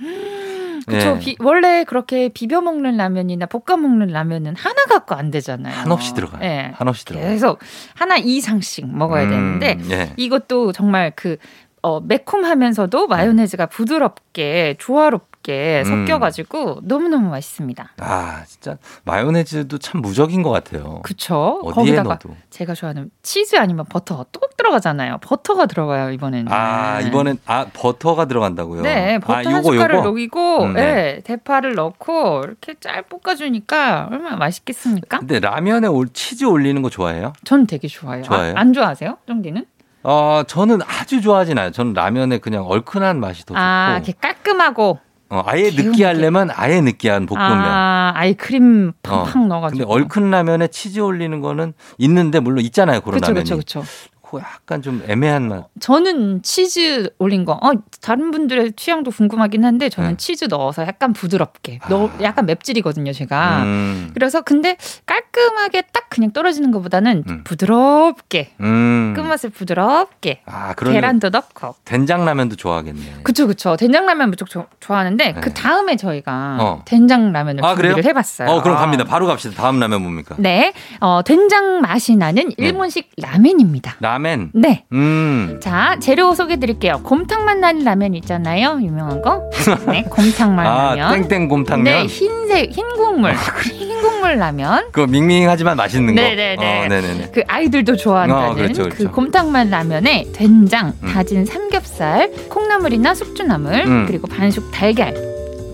[SPEAKER 4] 그쵸
[SPEAKER 1] 예.
[SPEAKER 4] 비, 원래 그렇게 비벼 먹는 라면이나 볶아 먹는 라면은 하나 갖고 안 되잖아요.
[SPEAKER 1] 한없이 들어가요.
[SPEAKER 4] 예.
[SPEAKER 1] 한없이 들어가요.
[SPEAKER 4] 계속 하나 이상씩 먹어야
[SPEAKER 1] 음,
[SPEAKER 4] 되는데
[SPEAKER 1] 예.
[SPEAKER 4] 이것도 정말 그 어, 매콤하면서도 마요네즈가 부드럽게 조화롭게
[SPEAKER 1] 음.
[SPEAKER 4] 섞여가지고 너무너무 맛있습니다.
[SPEAKER 1] 아, 진짜 마요네즈도 참 무적인 것 같아요.
[SPEAKER 4] 그쵸?
[SPEAKER 1] 어디에
[SPEAKER 4] 거기다가
[SPEAKER 1] 넣어도.
[SPEAKER 4] 제가 좋아하는 치즈 아니면 버터 또 들어가잖아요. 버터가 들어가요 이번에는.
[SPEAKER 1] 아, 이번엔 아 버터가 들어간다고요.
[SPEAKER 4] 네 버터
[SPEAKER 1] 아,
[SPEAKER 4] 한
[SPEAKER 1] 요거,
[SPEAKER 4] 숟갈을
[SPEAKER 1] 요거?
[SPEAKER 4] 녹이고
[SPEAKER 1] 음,
[SPEAKER 4] 예, 대파를 넣고 이렇게 짤 볶아주니까 얼마나 맛있겠습니까?
[SPEAKER 1] 근데 라면에 올 치즈 올리는 거 좋아해요?
[SPEAKER 4] 전 되게 좋아요.
[SPEAKER 1] 좋아해요?
[SPEAKER 4] 아, 안 좋아하세요? 쫑디는?
[SPEAKER 1] 어, 저는 아주 좋아하진 않아요. 저는 라면에 그냥 얼큰한 맛이 더뭐 좋고.
[SPEAKER 4] 아, 이렇게 깔끔하고
[SPEAKER 1] 어, 아예
[SPEAKER 4] 개운하게.
[SPEAKER 1] 느끼하려면 아예 느끼한 볶음면. 어.
[SPEAKER 4] 아, 아이크림 팡팡
[SPEAKER 1] 근데
[SPEAKER 4] 넣어가지고.
[SPEAKER 1] 얼큰 라면에 치즈 올리는 거는 있는데 물론 있잖아요 그런
[SPEAKER 4] 그쵸
[SPEAKER 1] 라면이.
[SPEAKER 4] 그쵸 그쵸.
[SPEAKER 1] 그거 약간 좀 애매한 맛.
[SPEAKER 4] 저는 치즈 올린 거. 어, 다른 분들의 취향도 궁금하긴 한데 저는
[SPEAKER 1] 네.
[SPEAKER 4] 치즈 넣어서 약간 부드럽게.
[SPEAKER 1] 아.
[SPEAKER 4] 넣- 약간 맵찔이거든요, 제가.
[SPEAKER 1] 음,
[SPEAKER 4] 그래서 근데 깔끔하게 딱 그냥 떨어지는 것보다는
[SPEAKER 1] 음.
[SPEAKER 4] 부드럽게
[SPEAKER 1] 음.
[SPEAKER 4] 끝맛을 부드럽게
[SPEAKER 1] 아 그런
[SPEAKER 4] 계란도 넣고.
[SPEAKER 1] 된장 라면도 좋아하겠네.
[SPEAKER 4] 그쵸 그쵸. 된장라면 무척 조- 좋아하는데
[SPEAKER 1] 네.
[SPEAKER 4] 그 다음에 저희가
[SPEAKER 1] 어.
[SPEAKER 4] 된장라면을
[SPEAKER 1] 아, 그래요?
[SPEAKER 4] 준비를 해봤어요.
[SPEAKER 1] 어 그럼 갑니다. 바로 갑시다. 다음 라면 뭡니까?
[SPEAKER 4] 네, 어, 된장 맛이 나는
[SPEAKER 1] 네.
[SPEAKER 4] 일본식 라면입니다.
[SPEAKER 1] 라멘.
[SPEAKER 4] 네.
[SPEAKER 1] 음.
[SPEAKER 4] 자, 재료 소개드릴게요. 곰탕 맛 나는 라면 있잖아요. 유명한 거. 네, 곰탕 맛
[SPEAKER 1] 아
[SPEAKER 4] 라면.
[SPEAKER 1] 땡땡 곰탕면. 아,
[SPEAKER 4] 네, 흰색, 흰 국물. 흰 국물 라면.
[SPEAKER 1] 그거 밍밍하지만 맛있는 거.
[SPEAKER 4] 네네네.
[SPEAKER 1] 어, 네네네.
[SPEAKER 4] 그 아이들도 좋아한다는
[SPEAKER 1] 아,
[SPEAKER 4] 그
[SPEAKER 1] 그렇죠, 그렇죠.
[SPEAKER 4] 곰탕 맛 라면에 된장,
[SPEAKER 1] 음.
[SPEAKER 4] 다진 삼겹살, 콩나물이나 숙주나물,
[SPEAKER 1] 음.
[SPEAKER 4] 그리고 반숙 달걀.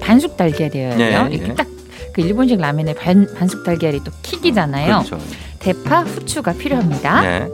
[SPEAKER 4] 반숙 달걀이에요.
[SPEAKER 1] 예,
[SPEAKER 4] 이렇게
[SPEAKER 1] 예.
[SPEAKER 4] 딱 그 일본식 라면에 반, 반숙 달걀이 또 킥이잖아요. 아?
[SPEAKER 1] 그렇죠.
[SPEAKER 4] 대파, 후추가 필요합니다.
[SPEAKER 1] 네.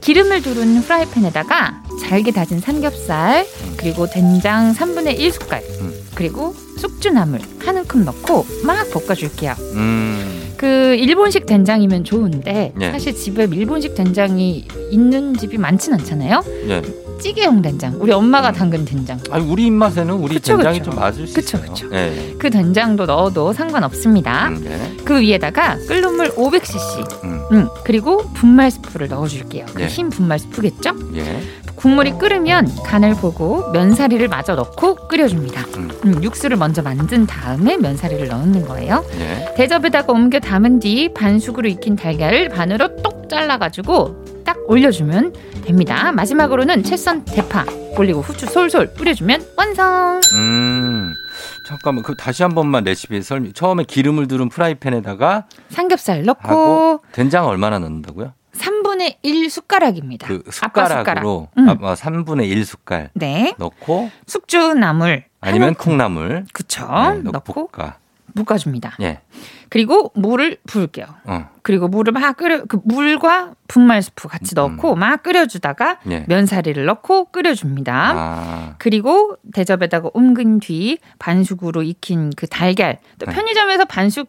[SPEAKER 4] 기름을 두른 후라이팬에다가 잘게 다진 삼겹살 그리고 된장 3분의 1숟갈
[SPEAKER 1] 음.
[SPEAKER 4] 그리고 숙주나물 한 움큼 넣고 막 볶아줄게요.
[SPEAKER 1] 음.
[SPEAKER 4] 그 일본식 된장이면 좋은데
[SPEAKER 1] 예.
[SPEAKER 4] 사실 집에 일본식 된장이 있는 집이 많진 않잖아요.
[SPEAKER 1] 예.
[SPEAKER 4] 찌개용 된장 우리 엄마가
[SPEAKER 1] 음.
[SPEAKER 4] 담근 된장
[SPEAKER 1] 아니 우리 입맛에는 우리
[SPEAKER 4] 그쵸,
[SPEAKER 1] 된장이
[SPEAKER 4] 그쵸.
[SPEAKER 1] 좀 맞을 수
[SPEAKER 4] 그쵸,
[SPEAKER 1] 있어요.
[SPEAKER 4] 그쵸.
[SPEAKER 1] 예.
[SPEAKER 4] 그 된장도 넣어도 상관없습니다.
[SPEAKER 1] 음, 네.
[SPEAKER 4] 그 위에다가 끓는 물 500cc
[SPEAKER 1] 음.
[SPEAKER 4] 음, 그리고 분말 스프를 넣어줄게요. 그
[SPEAKER 1] 예.
[SPEAKER 4] 흰 분말 스프겠죠?
[SPEAKER 1] 예.
[SPEAKER 4] 국물이 끓으면 간을 보고 면사리를 마저 넣고 끓여줍니다.
[SPEAKER 1] 음.
[SPEAKER 4] 음, 육수를 먼저 만든 다음에 면사리를 넣는 거예요.
[SPEAKER 1] 예.
[SPEAKER 4] 대접에다가 옮겨 담은 뒤 반숙으로 익힌 달걀을 반으로 똑 잘라가지고 딱 올려주면 됩니다. 마지막으로는 채썬 대파 올리고 후추 솔솔 뿌려주면 완성.
[SPEAKER 1] 음. 잠깐만 그 다시 한 번만 레시피 설명. 처음에 기름을 두른 프라이팬에다가
[SPEAKER 4] 삼겹살 넣고
[SPEAKER 1] 하고 된장 얼마나 넣는다고요?
[SPEAKER 4] 3분의 1 숟가락입니다.
[SPEAKER 1] 그
[SPEAKER 4] 아빠
[SPEAKER 1] 숟가락으로
[SPEAKER 4] 음.
[SPEAKER 1] 아, 3분의 1 숟갈
[SPEAKER 4] 네,
[SPEAKER 1] 넣고
[SPEAKER 4] 숙주나물
[SPEAKER 1] 아니면
[SPEAKER 4] 한-
[SPEAKER 1] 콩나물
[SPEAKER 4] 그쵸
[SPEAKER 1] 네,
[SPEAKER 4] 어? 넣고
[SPEAKER 1] 볶아.
[SPEAKER 4] 볶아줍니다.
[SPEAKER 1] 예.
[SPEAKER 4] 그리고 물을 부을게요.
[SPEAKER 1] 어.
[SPEAKER 4] 그리고 물을 막 끓여 그 물과 분말 스프 같이
[SPEAKER 1] 음.
[SPEAKER 4] 넣고 막 끓여주다가
[SPEAKER 1] 예.
[SPEAKER 4] 면사리를 넣고 끓여줍니다.
[SPEAKER 1] 아.
[SPEAKER 4] 그리고 대접에다가 옮긴 뒤 반숙으로 익힌 그 달걀 또
[SPEAKER 1] 네.
[SPEAKER 4] 편의점에서 반숙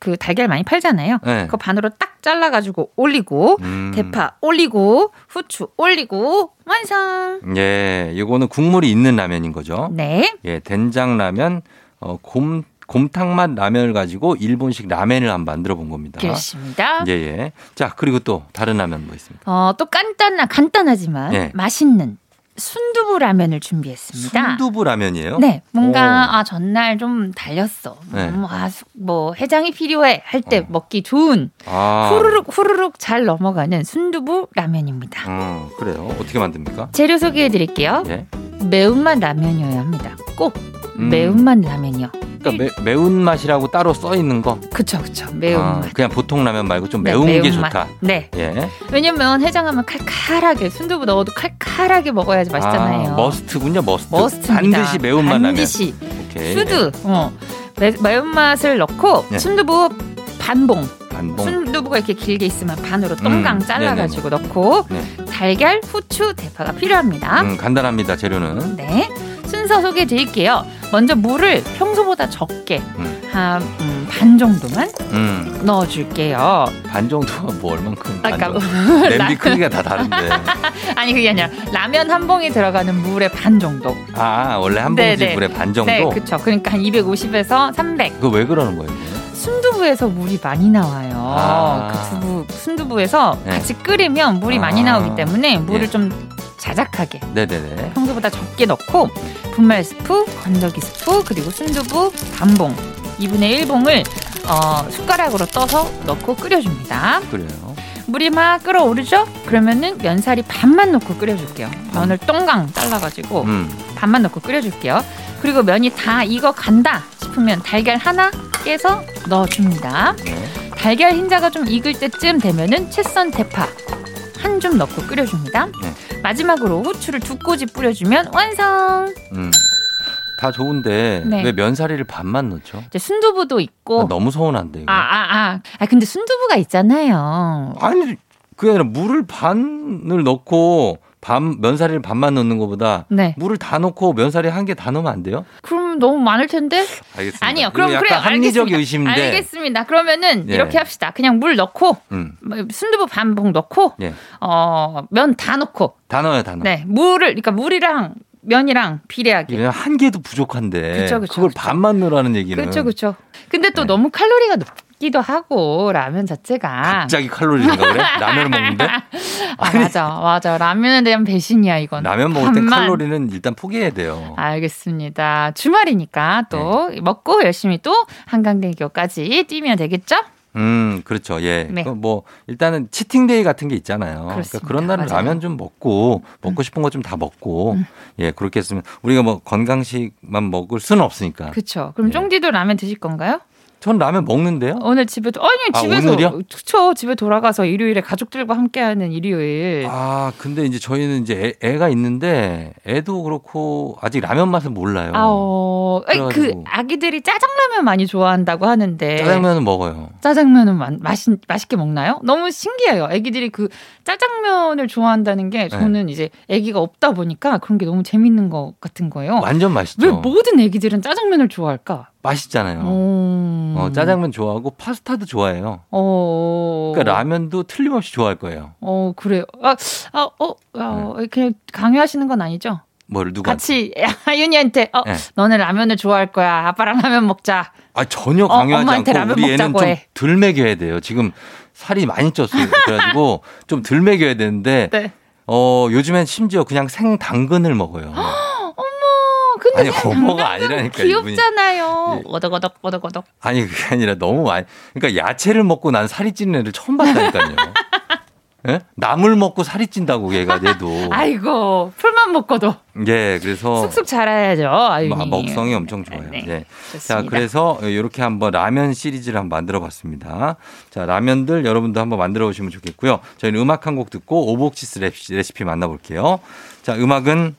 [SPEAKER 4] 그 달걀 많이 팔잖아요.
[SPEAKER 1] 네.
[SPEAKER 4] 그거 반으로 딱 잘라가지고 올리고
[SPEAKER 1] 음.
[SPEAKER 4] 대파 올리고 후추 올리고 완성.
[SPEAKER 1] 예. 이거는 국물이 있는 라면인 거죠.
[SPEAKER 4] 네,
[SPEAKER 1] 예. 된장 라면 어, 곰 곰탕 맛 라면을 가지고 일본식 라면을 한번 만들어 본 겁니다.
[SPEAKER 4] 그렇습니다.
[SPEAKER 1] 예, 예. 자, 그리고 또 다른 라면 뭐 있습니까?
[SPEAKER 4] 어, 또 간단한 간단하지만
[SPEAKER 1] 네.
[SPEAKER 4] 맛있는 순두부 라면을 준비했습니다.
[SPEAKER 1] 순두부 라면이에요?
[SPEAKER 4] 네, 뭔가
[SPEAKER 1] 오.
[SPEAKER 4] 아 전날 좀 달렸어.
[SPEAKER 1] 네.
[SPEAKER 4] 음, 아, 수- 뭐 해장이 필요해 할 때
[SPEAKER 1] 어.
[SPEAKER 4] 먹기 좋은
[SPEAKER 1] 아.
[SPEAKER 4] 후루룩 후루룩 잘 넘어가는 순두부 라면입니다.
[SPEAKER 1] 음, 그래요. 어떻게 만듭니까?
[SPEAKER 4] 재료 소개해 드릴게요.
[SPEAKER 1] 예.
[SPEAKER 4] 매운맛 라면이어야 합니다. 꼭
[SPEAKER 1] 음.
[SPEAKER 4] 매운맛 라면이요.
[SPEAKER 1] 그러니까 매, 운 맛이라고 따로 써 있는 거.
[SPEAKER 4] 그쵸 그쵸
[SPEAKER 1] 아,
[SPEAKER 4] 매운맛.
[SPEAKER 1] 그냥 보통 라면 말고 좀
[SPEAKER 4] 네,
[SPEAKER 1] 매운 게
[SPEAKER 4] 매운맛.
[SPEAKER 1] 좋다.
[SPEAKER 4] 네.
[SPEAKER 1] 예.
[SPEAKER 4] 왜냐면 해장하면 칼칼하게 순두부 넣어도 칼칼하게 먹어야지 맛있잖아요.
[SPEAKER 1] 아, 머스트군요, 머스트.
[SPEAKER 4] 머스트입니다.
[SPEAKER 1] 반드시 매운맛
[SPEAKER 4] 반드시
[SPEAKER 1] 라면. 예, 오케이.
[SPEAKER 4] 수두 어. 매, 매운맛을 넣고
[SPEAKER 1] 네.
[SPEAKER 4] 순두부 반봉
[SPEAKER 1] 예, 반봉.
[SPEAKER 4] 순두부가 이렇게 길게 있으면 반으로 동강
[SPEAKER 1] 음,
[SPEAKER 4] 잘라가지고 넣고
[SPEAKER 1] 네.
[SPEAKER 4] 달걀, 후추, 대파가 필요합니다.
[SPEAKER 1] 음, 간단합니다, 재료는.
[SPEAKER 4] 네. 순서 소개해 드릴게요. 먼저 물을 평소보다 적게
[SPEAKER 1] 음.
[SPEAKER 4] 한 반 정도만
[SPEAKER 1] 음,
[SPEAKER 4] 넣어줄게요.
[SPEAKER 1] 반 정도가 뭐 얼만큼. 반
[SPEAKER 4] 아까
[SPEAKER 1] 정도.
[SPEAKER 4] 라-
[SPEAKER 1] 냄비 크기가 다 다른데.
[SPEAKER 4] 아니 그게 아니라 라면 한 봉이 들어가는 물의 반 정도.
[SPEAKER 1] 아, 원래 한
[SPEAKER 4] 네,
[SPEAKER 1] 봉지
[SPEAKER 4] 네.
[SPEAKER 1] 물에 반 정도?
[SPEAKER 4] 네, 그쵸. 그러니까 한 250에서 300.
[SPEAKER 1] 그거 왜 그러는 거예요? 이게?
[SPEAKER 4] 순두부에서 물이 많이 나와요.
[SPEAKER 1] 아.
[SPEAKER 4] 그 두부, 순두부에서
[SPEAKER 1] 네.
[SPEAKER 4] 같이 끓이면 물이 많이
[SPEAKER 1] 아.
[SPEAKER 4] 나오기 때문에 물을
[SPEAKER 1] 예.
[SPEAKER 4] 좀 자작하게
[SPEAKER 1] 네네네.
[SPEAKER 4] 평소보다 적게 넣고 분말 스프, 건더기 스프, 그리고 순두부 반봉 2분의 1봉을 어, 숟가락으로 떠서 넣고 끓여줍니다.
[SPEAKER 1] 그래요.
[SPEAKER 4] 물이 막 끓어오르죠? 그러면은 면사리 반만 넣고 끓여줄게요. 면을 동강 잘라가지고
[SPEAKER 1] 음.
[SPEAKER 4] 반만 넣고 끓여줄게요. 그리고 면이 다 익어 간다 싶으면 달걀 하나 깨서 넣어줍니다.
[SPEAKER 1] 네.
[SPEAKER 4] 달걀 흰자가 좀 익을 때쯤 되면은 채썬 대파 한 줌 넣고 끓여줍니다.
[SPEAKER 1] 네.
[SPEAKER 4] 마지막으로 후추를 두 꼬지 뿌려주면 완성.
[SPEAKER 1] 음. 다 좋은데
[SPEAKER 4] 네.
[SPEAKER 1] 왜 면사리를 반만 넣죠?
[SPEAKER 4] 이제 순두부도
[SPEAKER 1] 나
[SPEAKER 4] 있고
[SPEAKER 1] 너무 서운한데 이거.
[SPEAKER 4] 아 아 아 아, 근데 순두부가 있잖아요.
[SPEAKER 1] 아니 그게 아니라 물을 반을 넣고 반 면사리를 반만 넣는 것보다
[SPEAKER 4] 네.
[SPEAKER 1] 물을 다 넣고 면사리 한 개 다 넣으면 안 돼요?
[SPEAKER 4] 그럼 너무 많을 텐데.
[SPEAKER 1] 알겠습니다.
[SPEAKER 4] 아니요.
[SPEAKER 1] 이거
[SPEAKER 4] 그럼
[SPEAKER 1] 약간
[SPEAKER 4] 그래요.
[SPEAKER 1] 합리적
[SPEAKER 4] 알겠습니다.
[SPEAKER 1] 의심인데.
[SPEAKER 4] 알겠습니다. 그러면은
[SPEAKER 1] 예.
[SPEAKER 4] 이렇게 합시다. 그냥 물 넣고
[SPEAKER 1] 음.
[SPEAKER 4] 순두부 반봉 넣고
[SPEAKER 1] 예.
[SPEAKER 4] 어 면 다 넣고
[SPEAKER 1] 다 넣어요, 다 넣어.
[SPEAKER 4] 네 물을 그러니까 물이랑 면이랑 비례하게.
[SPEAKER 1] 왜냐면 한 개도 부족한데
[SPEAKER 4] 그쵸, 그쵸,
[SPEAKER 1] 그걸
[SPEAKER 4] 그쵸.
[SPEAKER 1] 반만 넣으라는 얘기는
[SPEAKER 4] 그렇죠, 그렇죠. 근데 또
[SPEAKER 1] 네.
[SPEAKER 4] 너무 칼로리가 높기도 하고 라면 자체가
[SPEAKER 1] 갑자기 칼로리 생각을 해? 라면을 먹는데?
[SPEAKER 4] 아, 맞아, 맞아. 라면에 대한 배신이야 이건.
[SPEAKER 1] 라면 먹을 땐
[SPEAKER 4] 반만.
[SPEAKER 1] 칼로리는 일단 포기해야 돼요.
[SPEAKER 4] 알겠습니다. 주말이니까 또
[SPEAKER 1] 네.
[SPEAKER 4] 먹고 열심히 또 한강대교까지 뛰면 되겠죠?
[SPEAKER 1] 음, 그렇죠. 예.
[SPEAKER 4] 네.
[SPEAKER 1] 그뭐 일단은 치팅데이 같은 게 있잖아요. 그러니까
[SPEAKER 4] 그렇습니다.
[SPEAKER 1] 그런 날은
[SPEAKER 4] 맞아요. 음.
[SPEAKER 1] 라면 좀 먹고 먹고 싶은 거 좀 다 먹고 예 그렇게 했으면 우리가 뭐 건강식만 먹을 수는 없으니까.
[SPEAKER 4] 그렇죠. 그럼
[SPEAKER 1] 네.
[SPEAKER 4] 쫑디도 라면 드실 건가요?
[SPEAKER 1] 전 라면 먹는데요.
[SPEAKER 4] 오늘 집에 도 아니
[SPEAKER 1] 아,
[SPEAKER 4] 집에서
[SPEAKER 1] 오늘이요?
[SPEAKER 4] 그쵸 집에 돌아가서 일요일에 가족들과 함께하는 일요일.
[SPEAKER 1] 아 근데 이제 저희는 이제 애, 가 있는데 애도 그렇고 아직 라면 맛을 몰라요.
[SPEAKER 4] 아어 아니, 그
[SPEAKER 1] 네. 그래가지고.
[SPEAKER 4] 아기들이 짜장라면 많이 좋아한다고 하는데
[SPEAKER 1] 짜장면은 먹어요.
[SPEAKER 4] 짜장면은 마, 맛 맛있게 먹나요? 너무 신기해요. 아기들이 그 짜장면을 좋아한다는
[SPEAKER 1] 네.
[SPEAKER 4] 게 저는 이제 아기가 없다 보니까 그런 게 너무 재밌는 것 같은 거예요.
[SPEAKER 1] 완전 맛있죠.
[SPEAKER 4] 어. 왜 모든 아기들은 짜장면을 좋아할까?
[SPEAKER 1] 맛있잖아요.
[SPEAKER 4] 음.
[SPEAKER 1] 어, 짜장면 좋아하고 파스타도 좋아해요.
[SPEAKER 4] 어.
[SPEAKER 1] 그러니까 라면도 틀림없이 좋아할 거예요.
[SPEAKER 4] 어 그래요. 아, 아, 어, 아, 그냥 강요하시는 건 아니죠?
[SPEAKER 1] 뭐를 네. 누가?
[SPEAKER 4] 같이 아윤이한테 어,
[SPEAKER 1] 네.
[SPEAKER 4] 너는 라면을 좋아할 거야. 아빠랑 라면 먹자.
[SPEAKER 1] 아 전혀
[SPEAKER 4] 어,
[SPEAKER 1] 강요하지
[SPEAKER 4] 엄마한테
[SPEAKER 1] 않고
[SPEAKER 4] 라면
[SPEAKER 1] 우리 애는
[SPEAKER 4] 먹자고
[SPEAKER 1] 좀
[SPEAKER 4] 해.
[SPEAKER 1] 덜 먹여야 돼요. 지금 살이 많이 쪘어요. 그래가지고 좀 덜 먹여야 되는데
[SPEAKER 4] 네.
[SPEAKER 1] 어 요즘엔 심지어 그냥 생 당근을 먹어요.
[SPEAKER 4] 어머, 근데
[SPEAKER 1] 아니 어머가 아니라니까 이분이
[SPEAKER 4] 귀엽잖아요.
[SPEAKER 1] 이분이.
[SPEAKER 4] 오덕오덕 오덕오덕.
[SPEAKER 1] 아니 그게 아니라 너무 많이 그러니까 야채를 먹고 난 살이 찌는 애를 처음 봤다니까요. 예? 나물 먹고 살이 찐다고 얘가 얘도
[SPEAKER 4] 아이고 풀만 먹고도
[SPEAKER 1] 예 그래서
[SPEAKER 4] 쑥쑥 자라야죠. 아윤이.
[SPEAKER 1] 마- 먹성이 엄청 좋아요.
[SPEAKER 4] 네.
[SPEAKER 1] 예. 자,
[SPEAKER 4] 좋습니다.
[SPEAKER 1] 그래서 이렇게 한번 라면 시리즈를 한번 만들어 봤습니다. 자, 라면들 여러분도 한번 만들어 보시면 좋겠고요. 저희는 음악 한 곡 듣고 오복치스 레시- 레시피 만나볼게요. 자, 음악은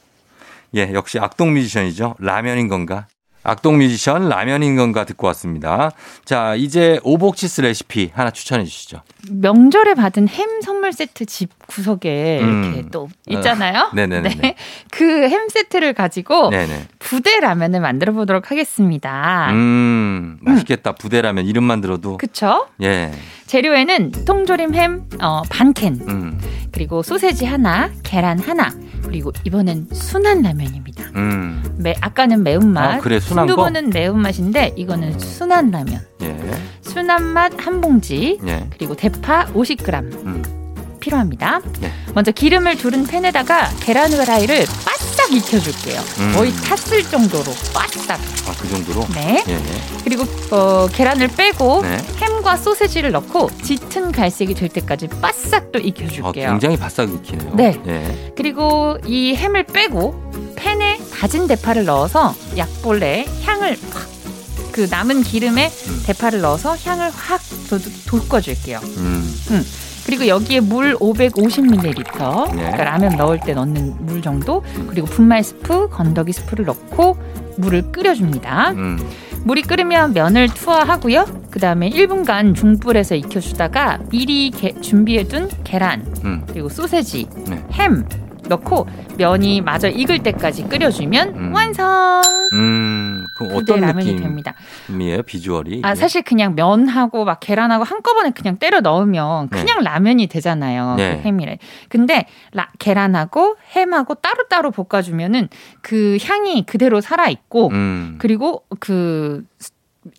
[SPEAKER 1] 예, 역시 악동 뮤지션이죠. 라면인 건가? 악동 뮤지션 라면인 건가 듣고 왔습니다. 자, 이제 오복치스 레시피 하나 추천해 주시죠.
[SPEAKER 4] 명절에 받은 햄 선물 세트 집 구석에
[SPEAKER 1] 음.
[SPEAKER 4] 이렇게 또 있잖아요.
[SPEAKER 1] 네네네. 네.
[SPEAKER 4] 그 햄 세트를 가지고
[SPEAKER 1] 네네.
[SPEAKER 4] 부대 라면을 만들어 보도록 하겠습니다.
[SPEAKER 1] 음, 맛있겠다. 부대라면 이름만 들어도.
[SPEAKER 4] 아. 그쵸?
[SPEAKER 1] 예.
[SPEAKER 4] 재료에는 통조림 햄 어, 반캔,
[SPEAKER 1] 음,
[SPEAKER 4] 그리고 소세지 하나, 계란 하나, 그리고 이번엔 순한 라면입니다.
[SPEAKER 1] 음.
[SPEAKER 4] 매, 아까는 매운맛,
[SPEAKER 1] 아, 그래, 순한 거?
[SPEAKER 4] 순두부는 매운맛인데 이거는 순한 라면.
[SPEAKER 1] 예.
[SPEAKER 4] 순한 맛 한 봉지,
[SPEAKER 1] 예.
[SPEAKER 4] 그리고 대파 50g
[SPEAKER 1] 음.
[SPEAKER 4] 필요합니다.
[SPEAKER 1] 네.
[SPEAKER 4] 먼저 기름을 두른 팬에다가 계란 후라이를 바싹 익혀줄게요.
[SPEAKER 1] 음.
[SPEAKER 4] 거의 탔을 정도로 바싹.
[SPEAKER 1] 아, 그 정도로?
[SPEAKER 4] 네.
[SPEAKER 1] 예. 예.
[SPEAKER 4] 그리고 어, 계란을 빼고
[SPEAKER 1] 네.
[SPEAKER 4] 햄과 소세지를 넣고 짙은 갈색이 될 때까지 바싹 또
[SPEAKER 1] 아,
[SPEAKER 4] 익혀줄게요.
[SPEAKER 1] 굉장히 바싹 익히네요.
[SPEAKER 4] 네.
[SPEAKER 1] 예.
[SPEAKER 4] 그리고 이 햄을 빼고 팬에 다진 대파를 넣어서 약볼레에 향을 확 그 남은 기름에 대파를 넣어서 향을 확 도, 돋궈줄게요.
[SPEAKER 1] 음.
[SPEAKER 4] 그리고 여기에 물 550ml,
[SPEAKER 1] 네.
[SPEAKER 4] 그러니까 라면 넣을 때 넣는 물 정도, 그리고 분말 스프, 건더기 스프를 넣고 물을 끓여줍니다.
[SPEAKER 1] 음.
[SPEAKER 4] 물이 끓으면 면을 투하하고요. 그 다음에 1분간 중불에서 익혀주다가 미리 게- 준비해둔 계란,
[SPEAKER 1] 음.
[SPEAKER 4] 그리고 소세지,
[SPEAKER 1] 네.
[SPEAKER 4] 햄 넣고 면이 마저 익을 때까지 끓여주면
[SPEAKER 1] 음.
[SPEAKER 4] 완성!
[SPEAKER 1] 음. 그럼
[SPEAKER 4] 그때
[SPEAKER 1] 어떤
[SPEAKER 4] 라면이 됩니다.
[SPEAKER 1] 느낌이에요? 비주얼이?
[SPEAKER 4] 아, 사실 그냥 면하고 막 계란하고 한꺼번에 그냥 때려 넣으면
[SPEAKER 1] 네.
[SPEAKER 4] 그냥 라면이 되잖아요.
[SPEAKER 1] 네.
[SPEAKER 4] 그 햄이래. 근데 라, 계란하고 햄하고 따로따로 볶아주면은 그 향이 그대로 살아있고
[SPEAKER 1] 음.
[SPEAKER 4] 그리고 그 스-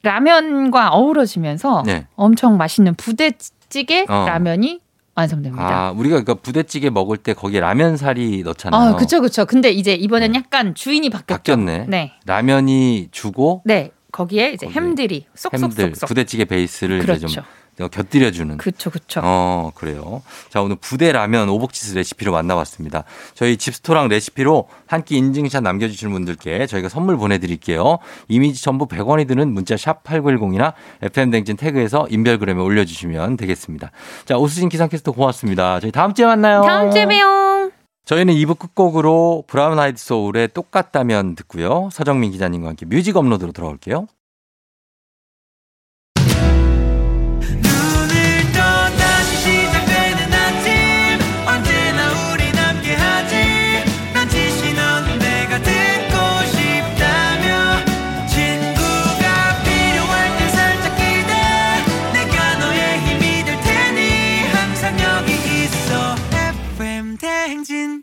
[SPEAKER 4] 라면과 어우러지면서
[SPEAKER 1] 네.
[SPEAKER 4] 엄청 맛있는 부대찌개
[SPEAKER 1] 어.
[SPEAKER 4] 라면이 완성됩니다.
[SPEAKER 1] 아, 우리가 그러니까 부대찌개 먹을 때 거기에 라면 살이 넣잖아요.
[SPEAKER 4] 네. 아, 그쵸, 그쵸. 근데 이제 이번엔 약간 주인이 바뀌었죠.
[SPEAKER 1] 네. 바뀌었네.
[SPEAKER 4] 네.
[SPEAKER 1] 라면이 주고
[SPEAKER 4] 네. 거기에 이제
[SPEAKER 1] 거기에
[SPEAKER 4] 햄들이
[SPEAKER 1] 햄들 그
[SPEAKER 4] 쏙쏙쏙쏙.
[SPEAKER 1] 부대찌개 베이스를 이제
[SPEAKER 4] 그렇죠.
[SPEAKER 1] 좀 곁들여주는.
[SPEAKER 4] 그쵸, 그쵸.
[SPEAKER 1] 어, 그래요. 자, 오늘 부대 라면 오복치스 레시피로 만나봤습니다. 저희 집스토랑 레시피로 한 끼 인증샷 남겨주시는 분들께 저희가 선물 보내드릴게요. 이미지 전부 100원이 드는 문자 샵 8910이나 FM댕진 태그에서 인별그램에 올려주시면 되겠습니다. 자, 오수진 기상캐스터 고맙습니다. 저희 다음주에 만나요.
[SPEAKER 4] 다음 주에 봬요.
[SPEAKER 1] 저희는 2부 끝곡으로 브라운 아이드 소울의 똑같다면 듣고요. 서정민 기자님과 함께 뮤직 업로드로 돌아올게요.
[SPEAKER 5] 눈을 떠 다시 시작되는 아침 언제나 우리 함께하지 난 지시 넌 내가 듣고 싶다며 친구가 필요할 때 살짝 기대 내가 너의 힘이 될 테니 항상 여기 있어 FM 대행진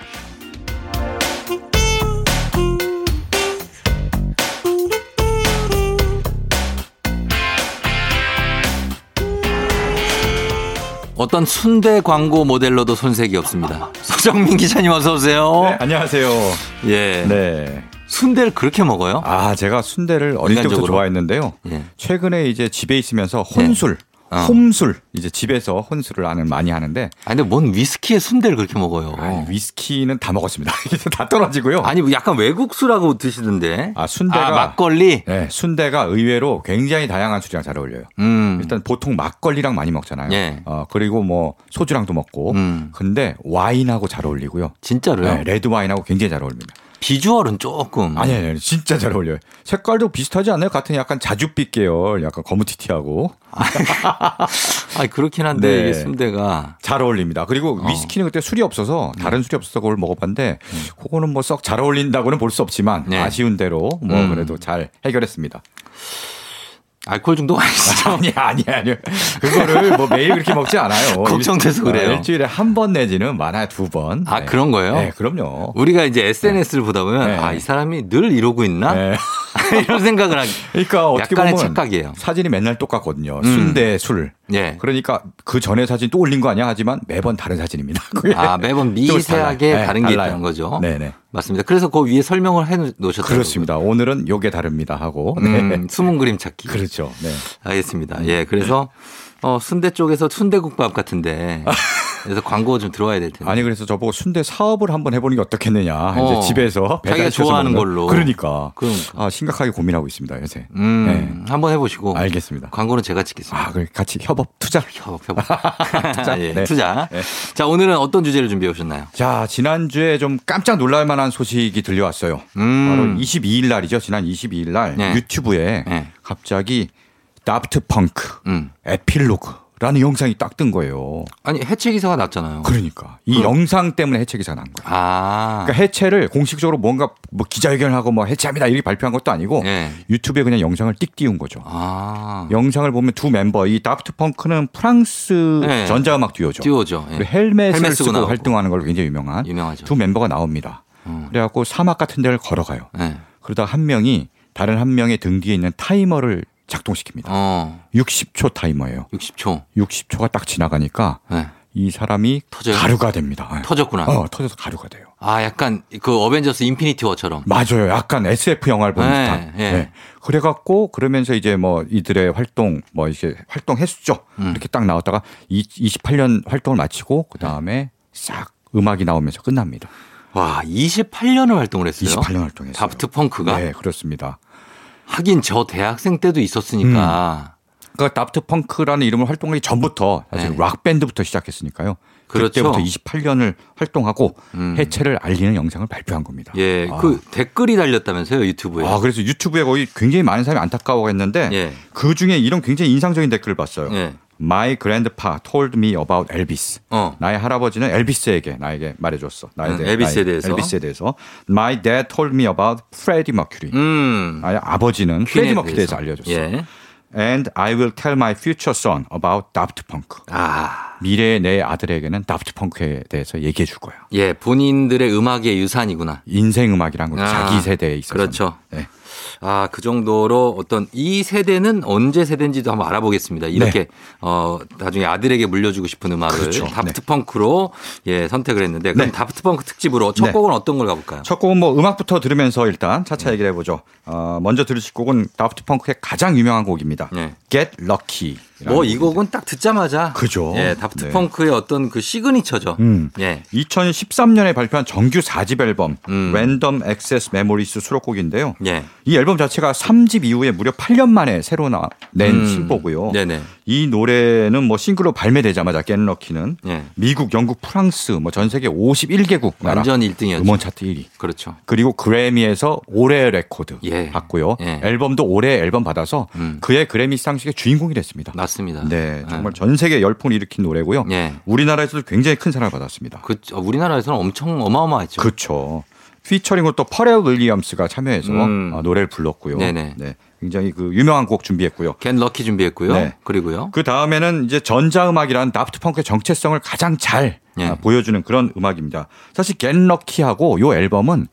[SPEAKER 1] 어떤 순대 광고 모델로도 손색이 없습니다. 서정민 기자님 어서 오세요.
[SPEAKER 6] 네, 안녕하세요.
[SPEAKER 1] 예.
[SPEAKER 6] 네.
[SPEAKER 1] 순대를 그렇게 먹어요?
[SPEAKER 6] 아, 제가 순대를 어릴 때부터
[SPEAKER 1] 인간적으로?
[SPEAKER 6] 좋아했는데요.
[SPEAKER 1] 예.
[SPEAKER 6] 최근에 이제 집에 있으면서 혼술,
[SPEAKER 1] 어.
[SPEAKER 6] 홈술, 이제 집에서 혼술을 하는 많이 하는데
[SPEAKER 1] 아니 근데 뭔 위스키에 순대를 그렇게 먹어요?
[SPEAKER 6] 아이, 위스키는 다 먹었습니다. 이제 다 떨어지고요.
[SPEAKER 1] 아니 뭐 약간 외국 술하고 드시던데.
[SPEAKER 6] 아, 순대가-
[SPEAKER 1] 아, 막걸리.
[SPEAKER 6] 네, 순대가 의외로 굉장히 다양한 술이랑 잘 어울려요.
[SPEAKER 1] 음.
[SPEAKER 6] 일단 보통 막걸리랑 많이 먹잖아요.
[SPEAKER 1] 예.
[SPEAKER 6] 어, 그리고 뭐 소주랑도 먹고.
[SPEAKER 1] 음.
[SPEAKER 6] 근데 와인하고 잘 어울리고요. 음.
[SPEAKER 1] 진짜로요?
[SPEAKER 6] 네, 레드 와인하고 굉장히 잘 어울립니다.
[SPEAKER 1] 비주얼은 조금.
[SPEAKER 6] 아니, 아니, 아니, 진짜 잘 어울려요. 색깔도 비슷하지 않아요? 같은 약간 자줏빛 계열, 약간 거무튀튀하고.
[SPEAKER 1] 아니, 그렇긴 한데
[SPEAKER 6] 네.
[SPEAKER 1] 이게 순대가
[SPEAKER 6] 잘 어울립니다. 그리고
[SPEAKER 1] 어. 네. 음.
[SPEAKER 6] 위스키는 그때 술이 없어서 다른 술이 없어서 그걸 먹어봤는데 그거는 뭐 썩 잘 어울린다고는 볼 수 없지만
[SPEAKER 1] 네.
[SPEAKER 6] 아쉬운 대로 뭐
[SPEAKER 1] 음.
[SPEAKER 6] 그래도 잘 해결했습니다.
[SPEAKER 1] 알코올 중독 아니시죠?
[SPEAKER 6] 아니 아니 아니요. 그거를 뭐 매일 그렇게 먹지 않아요.
[SPEAKER 1] 걱정돼서
[SPEAKER 6] 일-
[SPEAKER 1] 그래요.
[SPEAKER 6] 아, 일주일에 한 번 내지는 많아야 두 번.
[SPEAKER 1] 아,
[SPEAKER 6] 네.
[SPEAKER 1] 그런 거예요?
[SPEAKER 6] 네, 그럼요.
[SPEAKER 1] 우리가 이제 SNS를 보다 보면
[SPEAKER 6] 네.
[SPEAKER 1] 아, 이 사람이 늘 이러고 있나?
[SPEAKER 6] 네.
[SPEAKER 1] 이런 생각을 하기.
[SPEAKER 6] 그러니까 어떻게
[SPEAKER 1] 약간의
[SPEAKER 6] 보면
[SPEAKER 1] 착각이에요. 음.
[SPEAKER 6] 사진이 맨날 똑같거든요. 순대 술.
[SPEAKER 1] 예.
[SPEAKER 6] 그러니까 그 전에 사진 또 올린 거 아니야 하지만 매번 다른 사진입니다. 그게.
[SPEAKER 1] 아, 매번
[SPEAKER 6] 조금씩
[SPEAKER 1] 미세하게
[SPEAKER 6] 달라요.
[SPEAKER 1] 다른
[SPEAKER 6] 네,
[SPEAKER 1] 게
[SPEAKER 6] 달라요.
[SPEAKER 1] 있다는 거죠.
[SPEAKER 6] 네네.
[SPEAKER 1] 맞습니다. 그래서 그 위에 설명을 해 놓으셨다고.
[SPEAKER 6] 그렇습니다. 오늘은 요게 다릅니다 하고. 네.
[SPEAKER 1] 음, 숨은 그림 찾기.
[SPEAKER 6] 그렇죠. 네.
[SPEAKER 1] 알겠습니다. 예, 그래서 어, 순대 쪽에서 순대국밥 같은데 그래서 광고 좀 들어와야 될 텐데.
[SPEAKER 6] 아니 그래서 저보고 순대 사업을 한번 해보는 게 어떻겠느냐.
[SPEAKER 1] 어.
[SPEAKER 6] 이제 집에서
[SPEAKER 1] 자기가
[SPEAKER 6] 배달시켜서
[SPEAKER 1] 좋아하는
[SPEAKER 6] 먹는.
[SPEAKER 1] 걸로.
[SPEAKER 6] 그러니까.
[SPEAKER 1] 그러니까.
[SPEAKER 6] 아 심각하게 고민하고 있습니다 요새.
[SPEAKER 1] 음,
[SPEAKER 6] 네.
[SPEAKER 1] 한번 해보시고.
[SPEAKER 6] 알겠습니다.
[SPEAKER 1] 광고는 제가 찍겠습니다.
[SPEAKER 6] 아 그래 같이 협업 투자.
[SPEAKER 1] 협업, 협업. 투자. 예,
[SPEAKER 6] 네.
[SPEAKER 1] 투자.
[SPEAKER 6] 네.
[SPEAKER 1] 자, 오늘은 어떤 주제를 준비해 오셨나요?
[SPEAKER 6] 자 지난주에 좀 깜짝 놀랄 만한 소식이 들려왔어요.
[SPEAKER 1] 음.
[SPEAKER 6] 바로 22일 날이죠. 지난 22일 날
[SPEAKER 1] 네.
[SPEAKER 6] 유튜브에
[SPEAKER 1] 네.
[SPEAKER 6] 갑자기 다프트 펑크
[SPEAKER 1] 음.
[SPEAKER 6] 에필로그라는 영상이 딱 뜬 거예요.
[SPEAKER 1] 아니, 해체 기사가 났잖아요.
[SPEAKER 6] 그러니까 이
[SPEAKER 1] 그럼.
[SPEAKER 6] 영상 때문에 해체 기사가 난 거예요.
[SPEAKER 1] 아.
[SPEAKER 6] 그러니까 해체를 공식적으로 뭔가 뭐 기자회견하고 뭐 해체합니다 이렇게 발표한 것도 아니고
[SPEAKER 1] 예.
[SPEAKER 6] 유튜브에 그냥 영상을 띡 띄운 거죠.
[SPEAKER 1] 아.
[SPEAKER 6] 영상을 보면 두 멤버 이 다프트 펑크는 프랑스
[SPEAKER 1] 네.
[SPEAKER 6] 전자음악 듀오죠.
[SPEAKER 1] 띄워죠. 예.
[SPEAKER 6] 그리고 헬멧을
[SPEAKER 1] 헬멧 쓰고
[SPEAKER 6] 쓰고
[SPEAKER 1] 나오고.
[SPEAKER 6] 활동하는 걸로 굉장히 유명한
[SPEAKER 1] 유명하죠.
[SPEAKER 6] 두 멤버가 나옵니다.
[SPEAKER 1] 음.
[SPEAKER 6] 그래갖고 사막 같은 데를 걸어가요.
[SPEAKER 1] 예.
[SPEAKER 6] 그러다 한 명이 다른 한 명의 등 뒤에 있는 타이머를 작동시킵니다.
[SPEAKER 1] 어.
[SPEAKER 6] 60초 타이머예요.
[SPEAKER 1] 60초.
[SPEAKER 6] 60초가 딱 지나가니까
[SPEAKER 1] 예.
[SPEAKER 6] 이 사람이
[SPEAKER 1] 터져요?
[SPEAKER 6] 가루가 됩니다. 예.
[SPEAKER 1] 터졌구나.
[SPEAKER 6] 어, 터져서 가루가 돼요.
[SPEAKER 1] 아, 약간 그 어벤져스 인피니티 워처럼.
[SPEAKER 6] 맞아요. 약간 SF 영화를 보는
[SPEAKER 1] 네,
[SPEAKER 6] 듯한.
[SPEAKER 1] 예.
[SPEAKER 6] 예. 그래갖고 그러면서 이제 뭐 이들의 활동 뭐 이렇게 활동했죠.
[SPEAKER 1] 음.
[SPEAKER 6] 이렇게 딱 나왔다가 이 28년 활동을 마치고 그 다음에 싹 음악이 나오면서 끝납니다.
[SPEAKER 1] 와, 28년을 활동을 했어요.
[SPEAKER 6] 28년 활동했어요.
[SPEAKER 1] 다프트 펑크가
[SPEAKER 6] 네, 그렇습니다.
[SPEAKER 1] 하긴 저 대학생 때도 있었으니까
[SPEAKER 6] 그러니까 다프트 펑크라는 이름을 활동하기 전부터 사실
[SPEAKER 1] 네.
[SPEAKER 6] 락 밴드부터 시작했으니까요.
[SPEAKER 1] 그렇죠.
[SPEAKER 6] 때부터 28년을 활동하고
[SPEAKER 1] 음.
[SPEAKER 6] 해체를 알리는 영상을 발표한 겁니다.
[SPEAKER 1] 예,
[SPEAKER 6] 아.
[SPEAKER 1] 그 댓글이 달렸다면서요, 유튜브에.
[SPEAKER 6] 아, 그래서 유튜브에 거의 굉장히 많은 사람이 안타까워했는데
[SPEAKER 1] 예.
[SPEAKER 6] 그 중에 이런 굉장히 인상적인 댓글을 봤어요.
[SPEAKER 1] 예.
[SPEAKER 6] My grandpa told me about Elvis.
[SPEAKER 1] 어.
[SPEAKER 6] 나의 할아버지는 엘비스에게 나에게 말해줬어. 나에
[SPEAKER 1] 음,
[SPEAKER 6] 대해
[SPEAKER 1] 엘비스에
[SPEAKER 6] 나의-
[SPEAKER 1] 대해서.
[SPEAKER 6] 엘비스에 대해서. My dad told me about Freddie Mercury.
[SPEAKER 1] 음.
[SPEAKER 6] 나의 아버지는
[SPEAKER 1] 퀸에
[SPEAKER 6] 프레디 머큐리에 대해서 알려줬어.
[SPEAKER 1] 예.
[SPEAKER 6] And I will tell my future son about Daft Punk.
[SPEAKER 1] 아,
[SPEAKER 6] 미래의 내 아들에게는 Daft Punk에 대해서 얘기해 줄 거야.
[SPEAKER 1] 예, 본인들의 음악의 유산이구나.
[SPEAKER 6] 인생 음악이란 건
[SPEAKER 1] 아,
[SPEAKER 6] 자기 세대에 있어서.
[SPEAKER 1] 그렇죠.
[SPEAKER 6] 네.
[SPEAKER 1] 아, 그 정도로 어떤 이 세대는 언제 세대인지도 한번 알아보겠습니다. 이렇게 어 나중에 아들에게 물려주고 싶은 음악을
[SPEAKER 6] 네. 그렇죠.
[SPEAKER 1] 다프트 펑크로 예, 선택을 했는데 그럼
[SPEAKER 6] 네.
[SPEAKER 1] 다프트 펑크 특집으로 첫
[SPEAKER 6] 네.
[SPEAKER 1] 곡은 어떤 걸 가볼까요?
[SPEAKER 6] 첫 곡은 뭐 음악부터 들으면서 일단
[SPEAKER 1] 네.
[SPEAKER 6] 차차 얘기를 해보죠. 어, 먼저 들으실 곡은 다프트 펑크의 가장 유명한 곡입니다.
[SPEAKER 1] 네.
[SPEAKER 6] Get Lucky.
[SPEAKER 1] 뭐 이 곡은 딱 듣자마자
[SPEAKER 6] 그죠.
[SPEAKER 1] 예, 다프트
[SPEAKER 6] 네.
[SPEAKER 1] 펑크의 어떤 그 시그니처죠.
[SPEAKER 6] 음.
[SPEAKER 1] 예.
[SPEAKER 6] 2013년에 발표한 정규 4집 앨범
[SPEAKER 1] 음.
[SPEAKER 6] 랜덤 액세스 메모리스 수록곡인데요.
[SPEAKER 1] 예.
[SPEAKER 6] 이 앨범 자체가 3집 이후에 무려 8년 만에 새로 나, 낸
[SPEAKER 1] 음.
[SPEAKER 6] 신보고요.
[SPEAKER 1] 네네.
[SPEAKER 6] 이 노래는 뭐 싱글로 발매되자마자 겟럭키는
[SPEAKER 1] 예.
[SPEAKER 6] 미국, 영국, 프랑스 뭐 전 세계 51개국 나라
[SPEAKER 1] 완전 1등이었죠.
[SPEAKER 6] 음원 차트 1위.
[SPEAKER 1] 그렇죠.
[SPEAKER 6] 그리고 그래미에서 올해 레코드
[SPEAKER 1] 예.
[SPEAKER 6] 받고요.
[SPEAKER 1] 예.
[SPEAKER 6] 앨범도 올해 앨범 받아서
[SPEAKER 1] 음.
[SPEAKER 6] 그의 그래미 시상식의 주인공이 됐습니다.
[SPEAKER 1] 맞습니다.
[SPEAKER 6] 네, 정말 전 세계 열풍을 일으킨 노래고요.
[SPEAKER 1] 예.
[SPEAKER 6] 우리나라에서도 굉장히 큰 사랑을 받았습니다.
[SPEAKER 1] 그 어, 우리나라에서는 엄청 어마어마했죠.
[SPEAKER 6] 그렇죠. 피처링으로 또 퍼렐 윌리엄스가 참여해서
[SPEAKER 1] 음.
[SPEAKER 6] 어, 노래를 불렀고요.
[SPEAKER 1] 네네.
[SPEAKER 6] 네, 굉장히 그 유명한 곡 준비했고요.
[SPEAKER 1] 겐 럭키 준비했고요.
[SPEAKER 6] 네.
[SPEAKER 1] 그리고요.
[SPEAKER 6] 그 다음에는 이제 전자음악이란 다프트 펑크의 정체성을 가장 잘
[SPEAKER 1] 예.
[SPEAKER 6] 아, 보여주는 그런 음악입니다. 사실 겟럭키하고 요 앨범은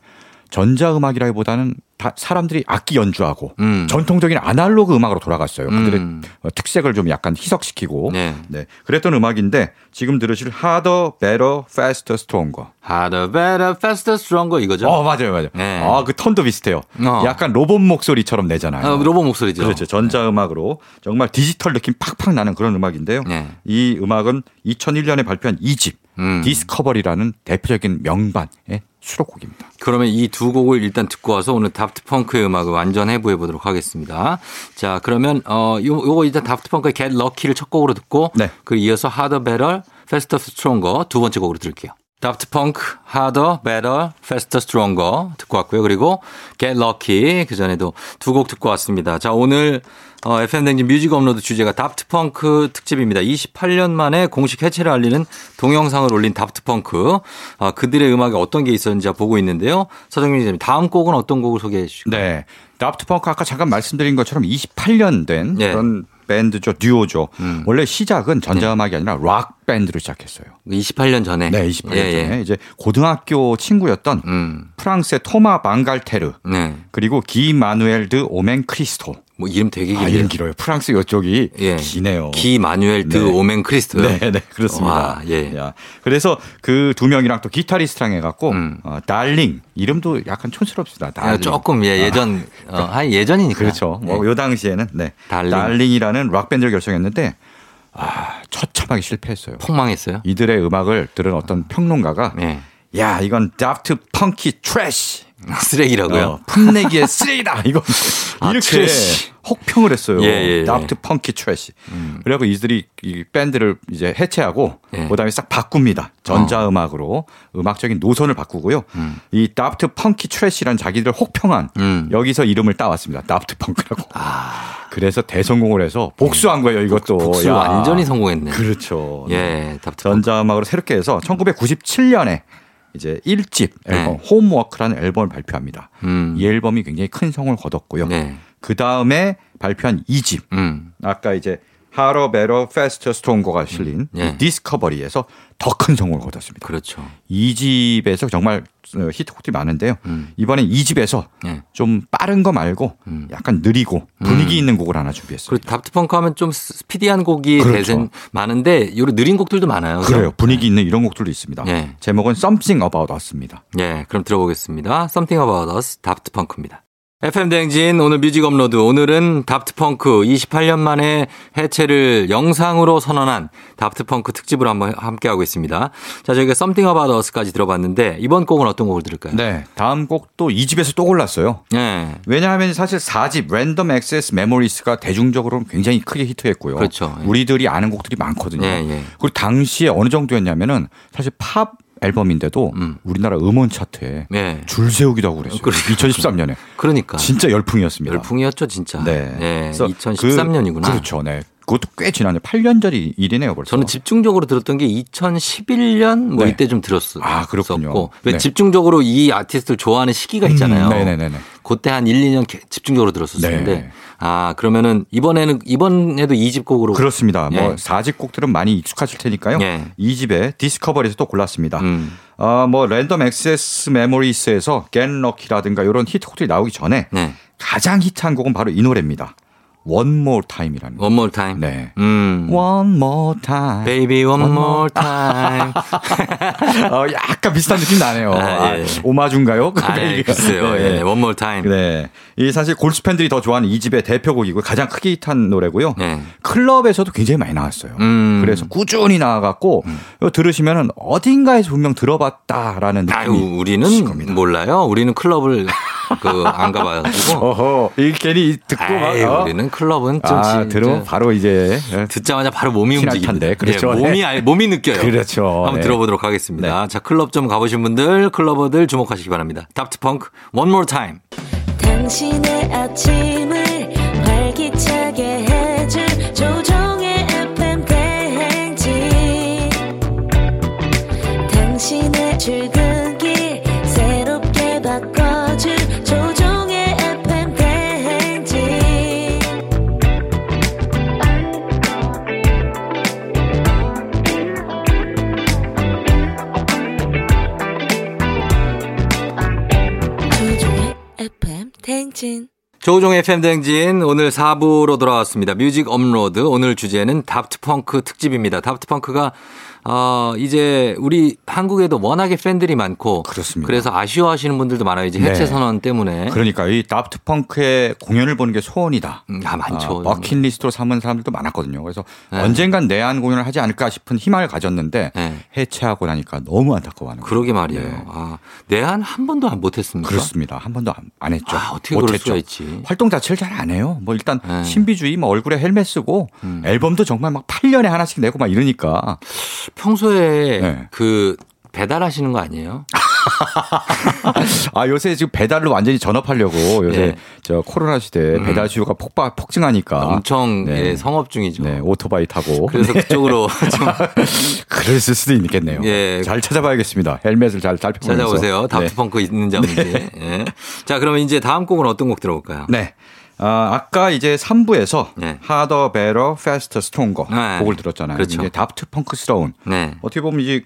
[SPEAKER 6] 전자음악이라기보다는 다 사람들이 악기 연주하고
[SPEAKER 1] 음.
[SPEAKER 6] 전통적인 아날로그 음악으로 돌아갔어요. 그들의
[SPEAKER 1] 음.
[SPEAKER 6] 어, 특색을 좀 약간 희석시키고
[SPEAKER 1] 네.
[SPEAKER 6] 네, 그랬던 음악인데 지금 들으실 Harder, Better, Faster, Stronger
[SPEAKER 1] Harder, better, faster, stronger 이거죠.
[SPEAKER 6] 어 맞아요 맞아요.
[SPEAKER 1] 네.
[SPEAKER 6] 아그 톤도 비슷해요.
[SPEAKER 1] 어.
[SPEAKER 6] 약간 로봇 목소리처럼 내잖아요.
[SPEAKER 1] 아, 로봇 목소리죠. 네.
[SPEAKER 6] 그렇죠. 전자 음악으로 정말 디지털 느낌 팍팍 나는 그런 음악인데요.
[SPEAKER 1] 네.
[SPEAKER 6] 이 음악은 2001년에 발표한 2집
[SPEAKER 1] 음.
[SPEAKER 6] 디스커버리라는 대표적인 명반의 수록곡입니다.
[SPEAKER 1] 그러면 이 두 곡을 일단 듣고 와서 오늘 다프트 펑크의 음악을 완전 해부해 보도록 하겠습니다. 자, 그러면 어 요, 요거 일단 다프트 펑크의 Get Lucky를 첫 곡으로 듣고
[SPEAKER 6] 네.
[SPEAKER 1] 그 이어서 Harder, better, faster, stronger 두 번째 곡으로 들을게요. 다프트 펑크, Harder, better, faster, stronger 듣고 왔고요. 그리고 Get Lucky 그 전에도 두 곡 듣고 왔습니다. 자, 오늘 어, FM 댕진 뮤직 업로드 주제가 다프트 펑크 특집입니다. 28년 만에 공식 해체를 알리는 동영상을 올린 다프트 펑크. 아, 그들의 음악에 어떤 게 있었는지 보고 있는데요. 서정민 기자님, 다음 곡은 어떤 곡을 소개해 주실까요?
[SPEAKER 6] 네. 다프트 펑크 아까 잠깐 말씀드린 것처럼 28년 된
[SPEAKER 1] 네. 음.
[SPEAKER 6] 그런 밴드죠. 듀오죠. 원래 시작은 전자음악이 아니라 락 밴드로 시작했어요.
[SPEAKER 1] 28년 전에.
[SPEAKER 6] 네, 28년
[SPEAKER 1] 예, 예.
[SPEAKER 6] 전에 이제 고등학교 친구였던
[SPEAKER 1] 음.
[SPEAKER 6] 프랑스의 토마 방갈테르
[SPEAKER 1] 네.
[SPEAKER 6] 그리고 기 마누엘 드 오멘 크리스토.
[SPEAKER 1] 뭐 이름 되게
[SPEAKER 6] 아,
[SPEAKER 1] 길네요.
[SPEAKER 6] 이름 길어요. 프랑스 이쪽이
[SPEAKER 1] 예.
[SPEAKER 6] 기네요.
[SPEAKER 1] 기 마뉴엘 드
[SPEAKER 6] 네.
[SPEAKER 1] 오멘 크리스토요.
[SPEAKER 6] 네, 네, 그렇습니다.
[SPEAKER 1] 와, 예.
[SPEAKER 6] 야, 그래서 그 두 명이랑 또 기타리스트랑 해갖고
[SPEAKER 1] 음.
[SPEAKER 6] 어, 달링 이름도 약간 촌스럽습니다.
[SPEAKER 1] 아,
[SPEAKER 6] 달링.
[SPEAKER 1] 조금 예, 예전 어, 한 예전이니까.
[SPEAKER 6] 그렇죠.
[SPEAKER 1] 예.
[SPEAKER 6] 뭐요 당시에는 네,
[SPEAKER 1] 달링.
[SPEAKER 6] 이라는 락밴드를 결성했는데 아, 처참하게 실패했어요.
[SPEAKER 1] 폭망했어요.
[SPEAKER 6] 이들의 음악을 들은 어떤 평론가가
[SPEAKER 1] 예.
[SPEAKER 6] 야 이건 다프트 펑키 트래시
[SPEAKER 1] 쓰레기라고요.
[SPEAKER 6] 어, 풋내기의 쓰레기다 이거
[SPEAKER 1] 아,
[SPEAKER 6] 이렇게
[SPEAKER 1] 트래쉬.
[SPEAKER 6] 혹평을 했어요.
[SPEAKER 1] 예, 예, 예.
[SPEAKER 6] 다프트 펑키 트래시. 그리고 이들이 이 밴드를 이제 해체하고
[SPEAKER 1] 예. 어.
[SPEAKER 6] 그다음에 싹 바꿉니다. 전자음악으로 음악적인 노선을 바꾸고요. 이 다프트 펑키 트래시라는 자기들 혹평한
[SPEAKER 1] 음. 아.
[SPEAKER 6] 여기서 이름을 따왔습니다. 다프트 펑크라고. 그래서 대성공을 해서 복수한 거예요. 이것도
[SPEAKER 1] 복수
[SPEAKER 6] 야.
[SPEAKER 1] 완전히 성공했네.
[SPEAKER 6] 그렇죠.
[SPEAKER 1] 예, 답답.
[SPEAKER 6] 전자음악으로 새롭게 해서 1997년에 이제 1집 앨범
[SPEAKER 1] 네.
[SPEAKER 6] 홈워크라는 앨범을 발표합니다.
[SPEAKER 1] 음.
[SPEAKER 6] 이 앨범이 굉장히 큰 성을 거뒀고요.
[SPEAKER 1] 네.
[SPEAKER 6] 그 다음에 발표한 2집
[SPEAKER 1] 음.
[SPEAKER 6] 아까 이제 하러 베러 페스트 스트롱거가 실린
[SPEAKER 1] 예.
[SPEAKER 6] 디스커버리에서 더 큰 성공을 거뒀습니다.
[SPEAKER 1] 그렇죠.
[SPEAKER 6] 이 집에서 정말 히트곡들이 많은데요.
[SPEAKER 1] 음.
[SPEAKER 6] 이번엔 이 집에서
[SPEAKER 1] 예.
[SPEAKER 6] 좀 빠른 거 말고
[SPEAKER 1] 음. 그렇죠.
[SPEAKER 6] 약간 느리고 분위기 있는 곡을 하나
[SPEAKER 1] 그리고
[SPEAKER 6] 준비했습니다.
[SPEAKER 1] 다프트펑크 하면 좀 스피디한 곡이
[SPEAKER 6] 그렇죠.
[SPEAKER 1] 대신 많은데 요런 느린 곡들도 많아요. 네. 그죠?
[SPEAKER 6] 그래요. 분위기 있는 이런 곡들도 있습니다.
[SPEAKER 1] 예.
[SPEAKER 6] 제목은 Something About Us입니다.
[SPEAKER 1] 예, 그럼 들어보겠습니다. Something About Us, 다프트펑크입니다. FM 대행진 오늘 뮤직 업로드 오늘은 다프트펑크 28년 만에 해체를 영상으로 선언한 다프트펑크 특집을 한번 함께 하고 있습니다. 자 저희가 Something About Us까지 들어봤는데 이번 곡은 어떤 곡을 들을까요?
[SPEAKER 6] 네. 다음 곡 또 이 집에서 또 골랐어요.
[SPEAKER 1] 예,
[SPEAKER 6] 왜냐하면 사실 4집 랜덤 액세스 메모리스가 대중적으로는 굉장히 크게 히트했고요.
[SPEAKER 1] 그렇죠. 예.
[SPEAKER 6] 우리들이 아는 곡들이 많거든요.
[SPEAKER 1] 예, 예.
[SPEAKER 6] 그리고 당시에 어느 정도였냐면은 사실 팝 앨범인데도
[SPEAKER 1] 음.
[SPEAKER 6] 우리나라 음원 차트에
[SPEAKER 1] 예.
[SPEAKER 6] 줄 세우기도 하고 그랬어요.
[SPEAKER 1] 그렇죠.
[SPEAKER 6] 2013년에
[SPEAKER 1] 그러니까
[SPEAKER 6] 진짜 열풍이었습니다.
[SPEAKER 1] 열풍이었죠 진짜.
[SPEAKER 6] 네.
[SPEAKER 1] 예,
[SPEAKER 6] 그래서 그-
[SPEAKER 1] 2013년이구나.
[SPEAKER 6] 그렇죠. 네. 그것도 꽤 지난 8년 전 일이네요, 벌써.
[SPEAKER 1] 저는 집중적으로 들었던 게 2011년 뭐
[SPEAKER 6] 네.
[SPEAKER 1] 이때 좀 들었어.
[SPEAKER 6] 아, 그렇군요.
[SPEAKER 1] 있었고. 왜
[SPEAKER 6] 네.
[SPEAKER 1] 집중적으로 이 아티스트를 좋아하는 시기가 있잖아요.
[SPEAKER 6] 음, 네네네네.
[SPEAKER 1] 그때 한 1, 2년 개- 집중적으로 들었었는데
[SPEAKER 6] 네.
[SPEAKER 1] 아, 그러면은 이번에는 이번에도 이 집 곡으로
[SPEAKER 6] 그렇습니다.
[SPEAKER 1] 예.
[SPEAKER 6] 뭐 4집 곡들은 많이 익숙하실 테니까요.
[SPEAKER 1] 예.
[SPEAKER 6] 이 집에 디스커버리에서 또 골랐습니다.
[SPEAKER 1] 음.
[SPEAKER 6] 아, 뭐 랜덤 액세스 메모리스에서 겟 럭키라든가 이런 히트곡들이 나오기 전에
[SPEAKER 1] 네.
[SPEAKER 6] 가장 히트한 곡은 바로 이 노래입니다. One More Time이라는 곡.
[SPEAKER 1] One 네. more time.
[SPEAKER 6] 네.
[SPEAKER 1] 음.
[SPEAKER 6] One More Time.
[SPEAKER 1] Baby one,
[SPEAKER 6] One
[SPEAKER 1] more time.
[SPEAKER 6] 어, 약간 비슷한 느낌 나네요.
[SPEAKER 1] 아, 예.
[SPEAKER 6] 아, 오마주인가요?
[SPEAKER 1] 아, 예, 글쎄요.
[SPEAKER 6] 네.
[SPEAKER 1] 예. One more time.
[SPEAKER 6] 네. 이 사실 골수 팬들이 더 좋아하는 이 집의 대표곡이고 가장 크게 히트한 노래고요.
[SPEAKER 1] 네.
[SPEAKER 6] 클럽에서도 굉장히 많이 나왔어요.
[SPEAKER 1] 음.
[SPEAKER 6] 그래서 꾸준히 나와갖고 이거 들으시면은 어딘가에서 분명 들어봤다라는 느낌이
[SPEAKER 1] 아유,
[SPEAKER 6] 있을
[SPEAKER 1] 우리는
[SPEAKER 6] 겁니다.
[SPEAKER 1] 몰라요. 우리는 클럽을 그 안 가봐 가지고.
[SPEAKER 6] 어허, 이 괜히 듣고
[SPEAKER 1] 아이,
[SPEAKER 6] 막, 어?
[SPEAKER 1] 우리는 클럽은 좀
[SPEAKER 6] 아,
[SPEAKER 1] 진짜
[SPEAKER 6] 들어 바로 이제 예.
[SPEAKER 1] 듣자마자 바로 몸이
[SPEAKER 6] 신할
[SPEAKER 1] 움직입니다.
[SPEAKER 6] 텐데. 그렇죠.
[SPEAKER 1] 예, 몸이 아예 몸이 느껴요.
[SPEAKER 6] 그렇죠.
[SPEAKER 1] 한번
[SPEAKER 6] 네.
[SPEAKER 1] 들어보도록 하겠습니다. 자, 클럽 좀 가보신 분들, 클러버들 주목하시기 바랍니다. 닥트펑크 One More Time.
[SPEAKER 7] 당신의 아침을 활기차게 해줄 조종의 FM 대행진 당신의 출근길 새롭게 바꿔줄 조종의 FM 대행진 조종의 FM 대행진
[SPEAKER 1] 조우종의 팬댕진 오늘 4부로 돌아왔습니다. 뮤직 업로드 오늘 주제는 닥트펑크 특집입니다. 닥트펑크가 어, 이제 우리 한국에도 워낙에 팬들이 많고
[SPEAKER 6] 그렇습니다.
[SPEAKER 1] 그래서 아쉬워하시는 분들도 많아요. 이제
[SPEAKER 6] 네.
[SPEAKER 1] 해체 선언 때문에.
[SPEAKER 6] 그러니까 이 다프트 펑크의 공연을 보는 게 소원이다.
[SPEAKER 1] 음, 아, 많죠.
[SPEAKER 6] 아, 버킷리스트로 삼은 사람들도 많았거든요. 그래서
[SPEAKER 1] 네.
[SPEAKER 6] 언젠간 내한 공연을 하지 않을까 싶은 희망을 가졌는데
[SPEAKER 1] 네.
[SPEAKER 6] 해체하고 나니까 너무 안타까워하는 거예요.
[SPEAKER 1] 그러게 말이에요.
[SPEAKER 6] 네.
[SPEAKER 1] 아, 내한 한 번도 안 못했습니까?
[SPEAKER 6] 그렇습니다. 한 번도 안, 안 했죠.
[SPEAKER 1] 아, 어떻게 그럴 수가 있지.
[SPEAKER 6] 활동 자체를 잘 안 해요. 뭐 일단
[SPEAKER 1] 네.
[SPEAKER 6] 신비주의, 뭐 얼굴에 헬멧 쓰고
[SPEAKER 1] 음.
[SPEAKER 6] 앨범도 정말 막 8년에 하나씩 내고 막 이러니까
[SPEAKER 1] 평소에
[SPEAKER 6] 네.
[SPEAKER 1] 그 배달하시는 거 아니에요?
[SPEAKER 6] 아 요새 지금 배달로 완전히 전업하려고 요새
[SPEAKER 1] 네.
[SPEAKER 6] 저 코로나 시대 에 배달 수요가 폭발 폭증하니까
[SPEAKER 1] 음. 엄청
[SPEAKER 6] 네.
[SPEAKER 1] 예, 성업 중이죠.
[SPEAKER 6] 네, 오토바이 타고 네,
[SPEAKER 1] 그래서 그쪽으로 좀
[SPEAKER 6] 그랬을 수도 있겠네요.
[SPEAKER 1] 예.
[SPEAKER 6] 잘 찾아봐야겠습니다. 헬멧을 잘 살펴보면서
[SPEAKER 1] 찾아오세요.
[SPEAKER 6] 네.
[SPEAKER 1] 다프펑크 있는지 없는지. 예. 자, 그러면 이제 다음 곡은 어떤 곡 들어볼까요?
[SPEAKER 6] 네. 아, 아까 이제 3부에서
[SPEAKER 1] 네.
[SPEAKER 6] 하더 베러 페스트 스톤거
[SPEAKER 1] 네.
[SPEAKER 6] 곡을 들었잖아요.
[SPEAKER 1] 그렇죠.
[SPEAKER 6] 이게 다프트 펑크스러운
[SPEAKER 1] 네.
[SPEAKER 6] 어떻게 보면 이제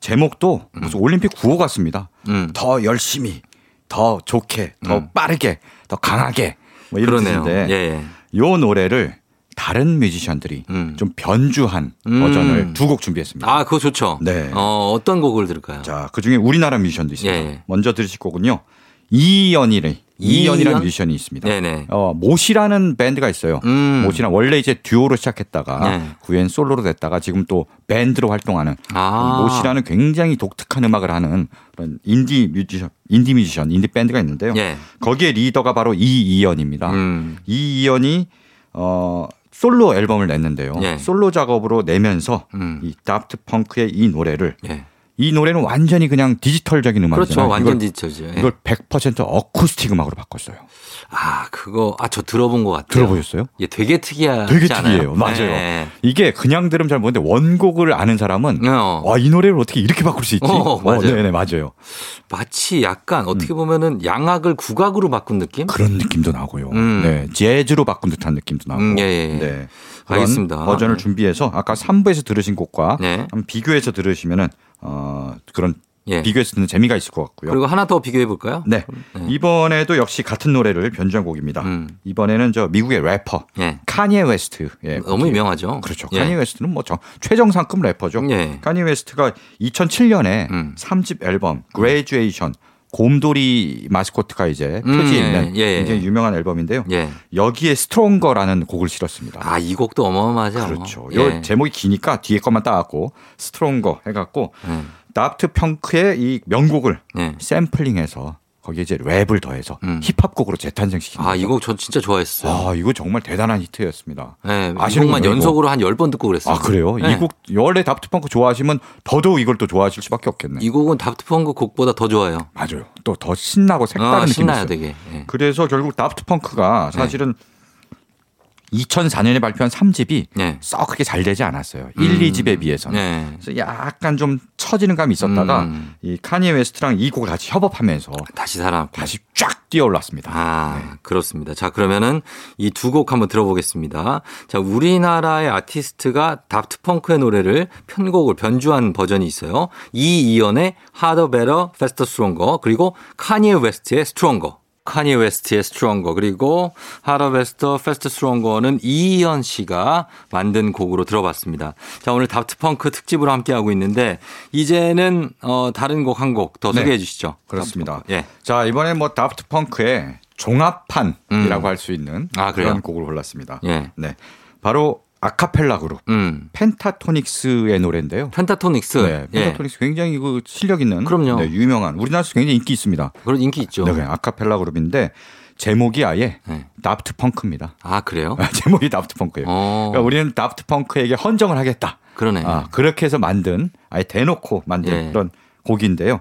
[SPEAKER 6] 제목도 무슨 올림픽 구호 같습니다.
[SPEAKER 1] 음.
[SPEAKER 6] 더 열심히, 더 좋게, 더 빠르게, 더 강하게 뭐 이런
[SPEAKER 1] 그러네요.
[SPEAKER 6] 뜻인데
[SPEAKER 1] 예, 예.
[SPEAKER 6] 요 노래를 다른 뮤지션들이
[SPEAKER 1] 음.
[SPEAKER 6] 좀 변주한
[SPEAKER 1] 음.
[SPEAKER 6] 버전을 두 곡 준비했습니다.
[SPEAKER 1] 아, 그거 좋죠.
[SPEAKER 6] 네.
[SPEAKER 1] 어, 어떤 곡을 들을까요?
[SPEAKER 6] 자, 그 중에 우리나라 뮤지션도 있습니다.
[SPEAKER 1] 예, 예.
[SPEAKER 6] 먼저 들으실 곡은요. 이연이래. 이연이라는
[SPEAKER 1] 이연?
[SPEAKER 6] 뮤지션이 있습니다.
[SPEAKER 1] 네네.
[SPEAKER 6] 어, 못이라는 밴드가 있어요.
[SPEAKER 1] 음.
[SPEAKER 6] 못이란 원래 이제 듀오로 시작했다가
[SPEAKER 1] 네.
[SPEAKER 6] 후엔 솔로로 됐다가 지금 또 밴드로 활동하는
[SPEAKER 1] 아.
[SPEAKER 6] 못이라는 굉장히 독특한 음악을 하는 그런 인디 뮤지션, 인디 뮤지션, 인디 밴드가 있는데요.
[SPEAKER 1] 예.
[SPEAKER 6] 거기에 리더가 바로 이이연입니다.
[SPEAKER 1] 음.
[SPEAKER 6] 이이연이 어 솔로 앨범을 냈는데요.
[SPEAKER 1] 예.
[SPEAKER 6] 솔로 작업으로 내면서
[SPEAKER 1] 음.
[SPEAKER 6] 이 다프트 펑크의 이 노래를
[SPEAKER 1] 예.
[SPEAKER 6] 이 노래는 완전히 그냥 디지털적인 음악이잖아요.
[SPEAKER 1] 그렇죠. 완전
[SPEAKER 6] 이걸,
[SPEAKER 1] 디지털이죠. 예.
[SPEAKER 6] 이걸 100% 어쿠스틱 음악으로 바꿨어요.
[SPEAKER 1] 아, 그거, 아, 저 들어본 것 같아요.
[SPEAKER 6] 들어보셨어요?
[SPEAKER 1] 예, 되게 특이하지
[SPEAKER 6] 되게
[SPEAKER 1] 않아요?
[SPEAKER 6] 특이해요. 맞아요.
[SPEAKER 1] 예.
[SPEAKER 6] 이게 그냥 들으면 잘 모르는데 원곡을 아는 사람은
[SPEAKER 1] 어.
[SPEAKER 6] 와, 이 노래를 어떻게 이렇게 바꿀 수 있지?
[SPEAKER 1] 어, 맞아요.
[SPEAKER 6] 네네, 맞아요.
[SPEAKER 1] 마치 약간 어떻게 보면은 양악을 국악으로 바꾼 느낌?
[SPEAKER 6] 음. 그런 느낌도 나고요.
[SPEAKER 1] 음.
[SPEAKER 6] 네, 재즈로 바꾼 듯한 느낌도 나고.
[SPEAKER 1] 음, 예, 예, 예.
[SPEAKER 6] 네. 그런
[SPEAKER 1] 알겠습니다.
[SPEAKER 6] 버전을
[SPEAKER 1] 네.
[SPEAKER 6] 준비해서 아까 3부에서 들으신 곡과
[SPEAKER 1] 네.
[SPEAKER 6] 한번 비교해서 들으시면은 어, 그런
[SPEAKER 1] 예.
[SPEAKER 6] 비교해서 듣는 재미가 있을 것 같고요.
[SPEAKER 1] 그리고 하나 더 비교해 볼까요?
[SPEAKER 6] 네. 이번에도 역시 같은 노래를 변주한 곡입니다.
[SPEAKER 1] 음.
[SPEAKER 6] 이번에는 저 미국의 래퍼
[SPEAKER 1] 예.
[SPEAKER 6] 카니에 웨스트. 예.
[SPEAKER 1] 너무 유명하죠.
[SPEAKER 6] 그렇죠.
[SPEAKER 1] 어. 예.
[SPEAKER 6] 카니에 웨스트는 뭐 저- 최정상급 래퍼죠.
[SPEAKER 1] 예.
[SPEAKER 6] 카니에 웨스트가 2007년에
[SPEAKER 1] 음.
[SPEAKER 6] 삼 3집 앨범 Graduation 곰돌이 마스코트가 이제
[SPEAKER 1] 음,
[SPEAKER 6] 표지에
[SPEAKER 1] 예,
[SPEAKER 6] 있는
[SPEAKER 1] 예, 예.
[SPEAKER 6] 굉장히 유명한 앨범인데요.
[SPEAKER 1] 예.
[SPEAKER 6] 여기에 스트롱거라는 곡을 실었습니다.
[SPEAKER 1] 아, 이 곡도 어마어마하죠.
[SPEAKER 6] 그렇죠.
[SPEAKER 1] 예.
[SPEAKER 6] 요 제목이 기니까 뒤에 것만 따갖고 스트롱거 해갖고
[SPEAKER 1] 예.
[SPEAKER 6] 다프트 펑크의 이 명곡을
[SPEAKER 1] 예.
[SPEAKER 6] 샘플링해서 거기에 이제 랩을 더해서
[SPEAKER 1] 음.
[SPEAKER 6] 힙합곡으로 재탄생시킨
[SPEAKER 1] 아,
[SPEAKER 6] 거죠.
[SPEAKER 1] 이 곡 저 진짜 좋아했어요.
[SPEAKER 6] 아, 이거 정말 대단한 히트였습니다.
[SPEAKER 1] 예, 이
[SPEAKER 6] 아시는
[SPEAKER 1] 곡만
[SPEAKER 6] 분이에요,
[SPEAKER 1] 연속으로 한 10번 듣고 그랬어요.
[SPEAKER 6] 아, 그래요?
[SPEAKER 1] 예.
[SPEAKER 6] 이 곡 원래 다프트 펑크 좋아하시면 더더욱 이걸 또 좋아하실 수밖에 없겠네.
[SPEAKER 1] 이
[SPEAKER 6] 요
[SPEAKER 1] 곡은 다프트펑크 곡보다 더 좋아요.
[SPEAKER 6] 맞아요. 또 더 신나고 색다른
[SPEAKER 1] 아,
[SPEAKER 6] 느낌이
[SPEAKER 1] 신나요,
[SPEAKER 6] 있어요.
[SPEAKER 1] 되게. 예.
[SPEAKER 6] 그래서 결국 다프트 펑크가 사실은 2004년에 발표한 3집이
[SPEAKER 1] 예. 음.
[SPEAKER 6] 썩 크게 잘 되지 않았어요. 1, 2집에 비해서는.
[SPEAKER 1] 예.
[SPEAKER 6] 그래서 약간 좀 처지는 감이 있었다가
[SPEAKER 1] 음.
[SPEAKER 6] 이 카니에 웨스트랑 이 곡을 같이 협업하면서
[SPEAKER 1] 다시 사람.
[SPEAKER 6] 다시 쫙 뛰어올랐습니다.
[SPEAKER 1] 아, 그렇습니다. 자, 그러면은 이 두 곡 한번 들어보겠습니다. 자, 우리나라의 아티스트가 다프트펑크의 노래를 편곡을 변주한 버전이 있어요. 이이연의 Harder, Better, Faster, Stronger 그리고 카니에 웨스트의 Stronger. 카니에 웨스트의 Stronger 그리고 Harder, Better, Faster, Stronger는 이이연 씨가 만든 곡으로 들어봤습니다. 자, 오늘 다프트펑크 특집으로 함께 하고 있는데 이제는 어, 다른 곡 한 곡 더
[SPEAKER 6] 네.
[SPEAKER 1] 소개해 주시죠.
[SPEAKER 6] 그렇습니다.
[SPEAKER 1] 다프트펑크. 예.
[SPEAKER 6] 자 이번에 뭐 다프트 펑크의 종합판이라고
[SPEAKER 1] 음.
[SPEAKER 6] 할 수 있는
[SPEAKER 1] 아, 그래요?
[SPEAKER 6] 그런 곡을 골랐습니다.
[SPEAKER 1] 예.
[SPEAKER 6] 네, 바로 아카펠라 그룹
[SPEAKER 1] 음.
[SPEAKER 6] 펜타토닉스의 노래인데요.
[SPEAKER 1] 펜타토닉스.
[SPEAKER 6] 네,
[SPEAKER 1] 예.
[SPEAKER 6] 펜타토닉스 굉장히 그 실력 있는
[SPEAKER 1] 그럼요.
[SPEAKER 6] 네, 유명한 우리나라에서 굉장히 인기 있습니다.
[SPEAKER 1] 그런 인기 있죠.
[SPEAKER 6] 네, 아카펠라 그룹인데 제목이 아예
[SPEAKER 1] 네.
[SPEAKER 6] 다프트 펑크입니다.
[SPEAKER 1] 아 그래요?
[SPEAKER 6] 제목이 다프트 펑크예요.
[SPEAKER 1] 어.
[SPEAKER 6] 그러니까 우리는 다프트 펑크에게 헌정을 하겠다.
[SPEAKER 1] 그러네.
[SPEAKER 6] 아, 그렇게 해서 만든 아예 대놓고 만든
[SPEAKER 1] 예.
[SPEAKER 6] 그런 곡인데요.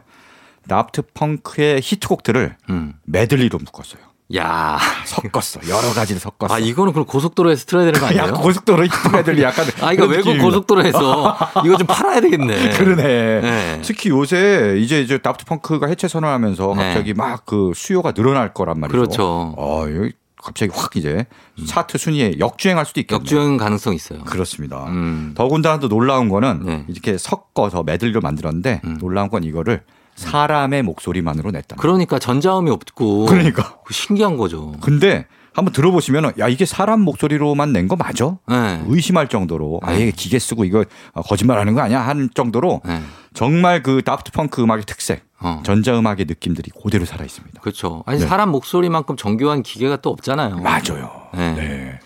[SPEAKER 6] 다프트 펑크의 히트곡들을
[SPEAKER 1] 음.
[SPEAKER 6] 메들리로 묶었어요.
[SPEAKER 1] 야.
[SPEAKER 6] 섞었어. 여러 가지를 섞었어.
[SPEAKER 1] 아 이거는 그럼 고속도로에서 틀어야 되는 거
[SPEAKER 6] 야,
[SPEAKER 1] 아니에요?
[SPEAKER 6] 고속도로 히트 메들리 약간
[SPEAKER 1] 아 이거
[SPEAKER 6] 그런
[SPEAKER 1] 외국
[SPEAKER 6] 느낌이구나.
[SPEAKER 1] 고속도로에서 이거 좀 팔아야 되겠네.
[SPEAKER 6] 그러네.
[SPEAKER 1] 네.
[SPEAKER 6] 특히 요새 이제 이제 다프트 펑크가 해체 선언하면서
[SPEAKER 1] 네.
[SPEAKER 6] 갑자기 막 그 수요가 늘어날 거란 말이죠.
[SPEAKER 1] 그렇죠. 음.
[SPEAKER 6] 어, 이거 갑자기 확 이제 차트 순위에 역주행할 수도 있겠네요.
[SPEAKER 1] 역주행 가능성 있어요.
[SPEAKER 6] 그렇습니다.
[SPEAKER 1] 음.
[SPEAKER 6] 더군다나 또 놀라운 거는
[SPEAKER 1] 네.
[SPEAKER 6] 이렇게 섞어서 메들리로 만들었는데
[SPEAKER 1] 음.
[SPEAKER 6] 놀라운 건 이거를 사람의 목소리만으로 냈다.
[SPEAKER 1] 그러니까 전자음이 없고.
[SPEAKER 6] 어. 그러니까.
[SPEAKER 1] 그거 신기한 거죠.
[SPEAKER 6] 근데 한번 들어보시면 야 이게 사람 목소리로만 낸 거 맞아?
[SPEAKER 1] 네.
[SPEAKER 6] 의심할 정도로 아예 기계 쓰고 이거 거짓말하는 거 아니야? 하는 정도로
[SPEAKER 1] 네.
[SPEAKER 6] 정말 그 다프트 펑크 음악의 특색,
[SPEAKER 1] 어.
[SPEAKER 6] 전자음악의 느낌들이 그대로 살아 있습니다.
[SPEAKER 1] 그렇죠. 아니
[SPEAKER 6] 네.
[SPEAKER 1] 사람 목소리만큼 정교한 기계가 또 없잖아요.
[SPEAKER 6] 맞아요.
[SPEAKER 1] 네.
[SPEAKER 6] 네.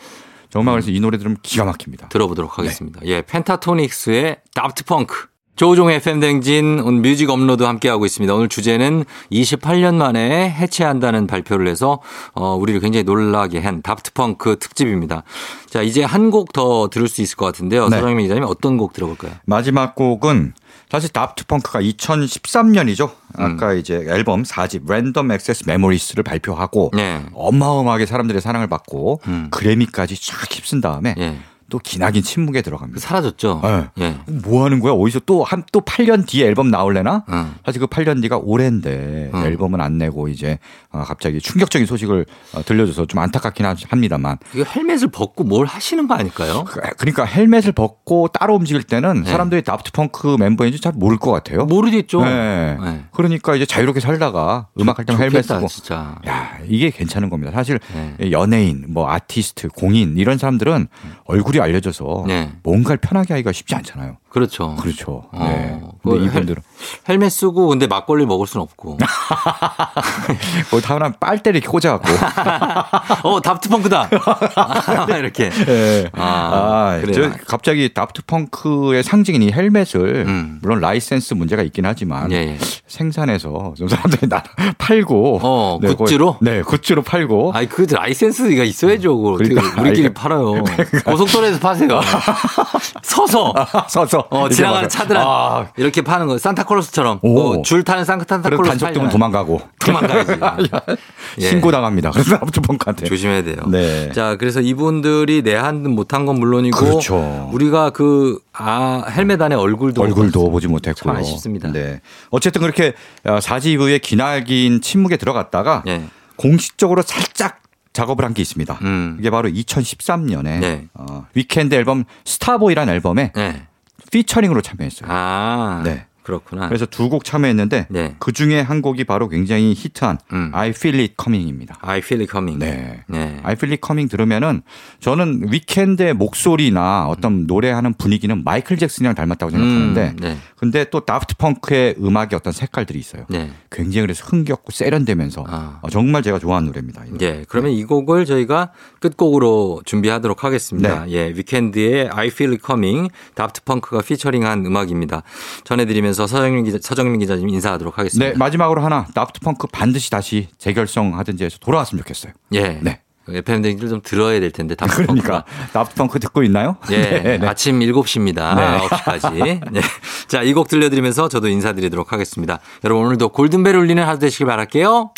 [SPEAKER 6] 정말 그래서 이 노래 들으면 기가 막힙니다.
[SPEAKER 1] 들어보도록 하겠습니다. 예, 펜타토닉스의 다프트 펑크. 조종의 팬댕진 오늘 뮤직 업로드 함께하고 있습니다. 오늘 주제는 28년 만에 해체한다는 발표를 해서 어, 우리를 굉장히 놀라게 한 다프트 펑크 특집입니다. 자, 이제 한 곡 더 들을 수 있을 것 같은데요.
[SPEAKER 6] 네.
[SPEAKER 1] 서정민 기자님 어떤 곡 들어볼까요?
[SPEAKER 6] 마지막 곡은 사실 다프트 펑크가 2013년이죠. 아까
[SPEAKER 1] 음.
[SPEAKER 6] 이제 앨범 4집 랜덤 액세스 메모리스를 발표하고
[SPEAKER 1] 네.
[SPEAKER 6] 어마어마하게 사람들의 사랑을 받고
[SPEAKER 1] 음.
[SPEAKER 6] 그래미까지 쫙 휩쓴 다음에
[SPEAKER 1] 예. 그
[SPEAKER 6] 또 기나긴 침묵에 들어갑니다.
[SPEAKER 1] 사라졌죠?
[SPEAKER 6] 네.
[SPEAKER 1] 예.
[SPEAKER 6] 뭐 하는 거야? 어디서 또 한 또 8년 뒤에 앨범 나올래나?
[SPEAKER 1] 음.
[SPEAKER 6] 사실 그 8년 뒤가 올해인데
[SPEAKER 1] 음.
[SPEAKER 6] 앨범은 안 내고 이제 아, 갑자기 충격적인 소식을 어, 들려줘서 좀 안타깝긴 하- 합니다만
[SPEAKER 1] 이거 헬멧을 벗고 뭘 하시는 거 아닐까요?
[SPEAKER 6] 그- 그러니까 헬멧을 벗고 따로 움직일 때는
[SPEAKER 1] 네.
[SPEAKER 6] 사람들이 다프트 펑크 멤버인지 잘 모를 것 같아요.
[SPEAKER 1] 모르겠죠?
[SPEAKER 6] 네.
[SPEAKER 1] 네.
[SPEAKER 6] 그러니까 이제 자유롭게 살다가 음악 할때 헬멧
[SPEAKER 1] 좋겠다,
[SPEAKER 6] 쓰고
[SPEAKER 1] 진짜.
[SPEAKER 6] 야 이게 괜찮은 겁니다. 사실
[SPEAKER 1] 네.
[SPEAKER 6] 연예인, 뭐 아티스트, 공인 이런 사람들은 얼굴이 알려져서
[SPEAKER 1] 네.
[SPEAKER 6] 뭔가를 편하게 하기가 쉽지 않잖아요.
[SPEAKER 1] 그렇죠.
[SPEAKER 6] 어. 그렇죠.
[SPEAKER 1] 어,
[SPEAKER 6] 네.
[SPEAKER 1] 그걸
[SPEAKER 6] 근데 이분들은
[SPEAKER 1] 헬멧 쓰고 근데 막걸리 먹을 순 없고.
[SPEAKER 6] 뭐 다음날 빨대를 이렇게 꽂아갖고
[SPEAKER 1] 어, 다프트펑크다. 아, 이렇게.
[SPEAKER 6] 예.
[SPEAKER 1] 아,
[SPEAKER 6] 아,
[SPEAKER 1] 그래요.
[SPEAKER 6] 저 갑자기 다프트 펑크의 상징인 이 헬멧을
[SPEAKER 1] 음.
[SPEAKER 6] 물론 라이센스 문제가 있긴 하지만
[SPEAKER 1] 예, 예.
[SPEAKER 6] 생산해서 좀 사람들이 나 팔고
[SPEAKER 1] 어,
[SPEAKER 6] 네, 그걸-
[SPEAKER 1] 굿즈로?
[SPEAKER 6] 네 굿즈로 팔고
[SPEAKER 1] 아이, 그 라이센스가 있어야죠. 그걸 어떻게
[SPEAKER 6] 그러니까,
[SPEAKER 1] 우리끼리
[SPEAKER 6] 아이가- 그러니까.
[SPEAKER 1] 팔아요. 고속도로에서 파세요. 서서.
[SPEAKER 6] 서서
[SPEAKER 1] 어,
[SPEAKER 6] 아. 이렇게
[SPEAKER 1] 지나가는
[SPEAKER 6] 와서.
[SPEAKER 1] 차들한테
[SPEAKER 6] 아,
[SPEAKER 1] 이렇게 파는 거. 쌍타클로스처럼
[SPEAKER 6] 오.
[SPEAKER 1] 어, 줄 타는 쌍타클로스
[SPEAKER 6] 그리고 단속 뜨면
[SPEAKER 1] 팔잖아요.
[SPEAKER 6] 도망가고
[SPEAKER 1] 도망가야지. 예.
[SPEAKER 6] 신고 당합니다. 그래서 아무튼번한테
[SPEAKER 1] 조심해야 돼요.
[SPEAKER 6] 네.
[SPEAKER 1] 자, 그래서 이분들이 내한 듯 못한 건 물론이고
[SPEAKER 6] 그렇죠.
[SPEAKER 1] 우리가 그 아, 헬멧 안에 얼굴도
[SPEAKER 6] 얼굴도
[SPEAKER 1] 못
[SPEAKER 6] 보지 못했고
[SPEAKER 1] 참 아쉽습니다.
[SPEAKER 6] 네. 어쨌쨌든 그렇게 4지 이후에 기나긴 침묵에 들어갔다가
[SPEAKER 1] 예.
[SPEAKER 6] 공식적으로 살짝 작업을 한 게 있습니다.
[SPEAKER 1] 음.
[SPEAKER 6] 이게 바로 2013년에
[SPEAKER 1] 네.
[SPEAKER 6] 어, 위켄드 앨범 스타보이라는 앨범에
[SPEAKER 1] 네.
[SPEAKER 6] 피처링으로 참여했어요.
[SPEAKER 1] 아.
[SPEAKER 6] 네.
[SPEAKER 1] 그렇구나.
[SPEAKER 6] 그래서 두 곡 참여했는데
[SPEAKER 1] 네.
[SPEAKER 6] 그 중에 한 곡이 바로 굉장히 히트한
[SPEAKER 1] 음.
[SPEAKER 6] I Feel It Coming입니다.
[SPEAKER 1] I feel it coming.
[SPEAKER 6] 네.
[SPEAKER 1] 네.
[SPEAKER 6] I Feel It Coming 들으면은 저는 위켄드의 목소리나 어떤 노래하는 분위기는 마이클 잭슨이랑
[SPEAKER 1] 음,
[SPEAKER 6] 닮았다고 생각하는데
[SPEAKER 1] 네.
[SPEAKER 6] 근데 또 다프트 펑크의 음악의 어떤 색깔들이 있어요.
[SPEAKER 1] 네.
[SPEAKER 6] 굉장히 그래서 흥겹고 세련되면서
[SPEAKER 1] 아.
[SPEAKER 6] 어, 정말 제가 좋아하는 노래입니다. 이거. 네,
[SPEAKER 1] 예, 그러면 이 곡을 저희가 끝곡으로 준비하도록
[SPEAKER 6] 네.
[SPEAKER 1] 하겠습니다. 예, 위켄드의 I Feel It Coming, 다프트 펑크가 피처링한 음악입니다. 전해드리면서 서정민, 기자, 서정민 기자님 인사하도록 하겠습니다.
[SPEAKER 6] 네, 마지막으로 하나 다프트 펑크 반드시 다시 재결성 하든지 해서 돌아왔으면 좋겠어요.
[SPEAKER 1] 예.
[SPEAKER 6] 네.
[SPEAKER 1] FM 댕기를 좀 들어야 될 텐데 다프트
[SPEAKER 6] 그러니까
[SPEAKER 1] 펑크가.
[SPEAKER 6] 다프트 펑크 듣고 있나요?
[SPEAKER 1] 예,
[SPEAKER 6] 네, 네.
[SPEAKER 1] 아침 7시입니다.
[SPEAKER 6] 네.
[SPEAKER 1] 9시까지. 예. 자, 이 곡 들려드리면서 저도 인사드리도록 하겠습니다. 여러분 오늘도 골든벨 울리는 하루 되시길 바랄게요.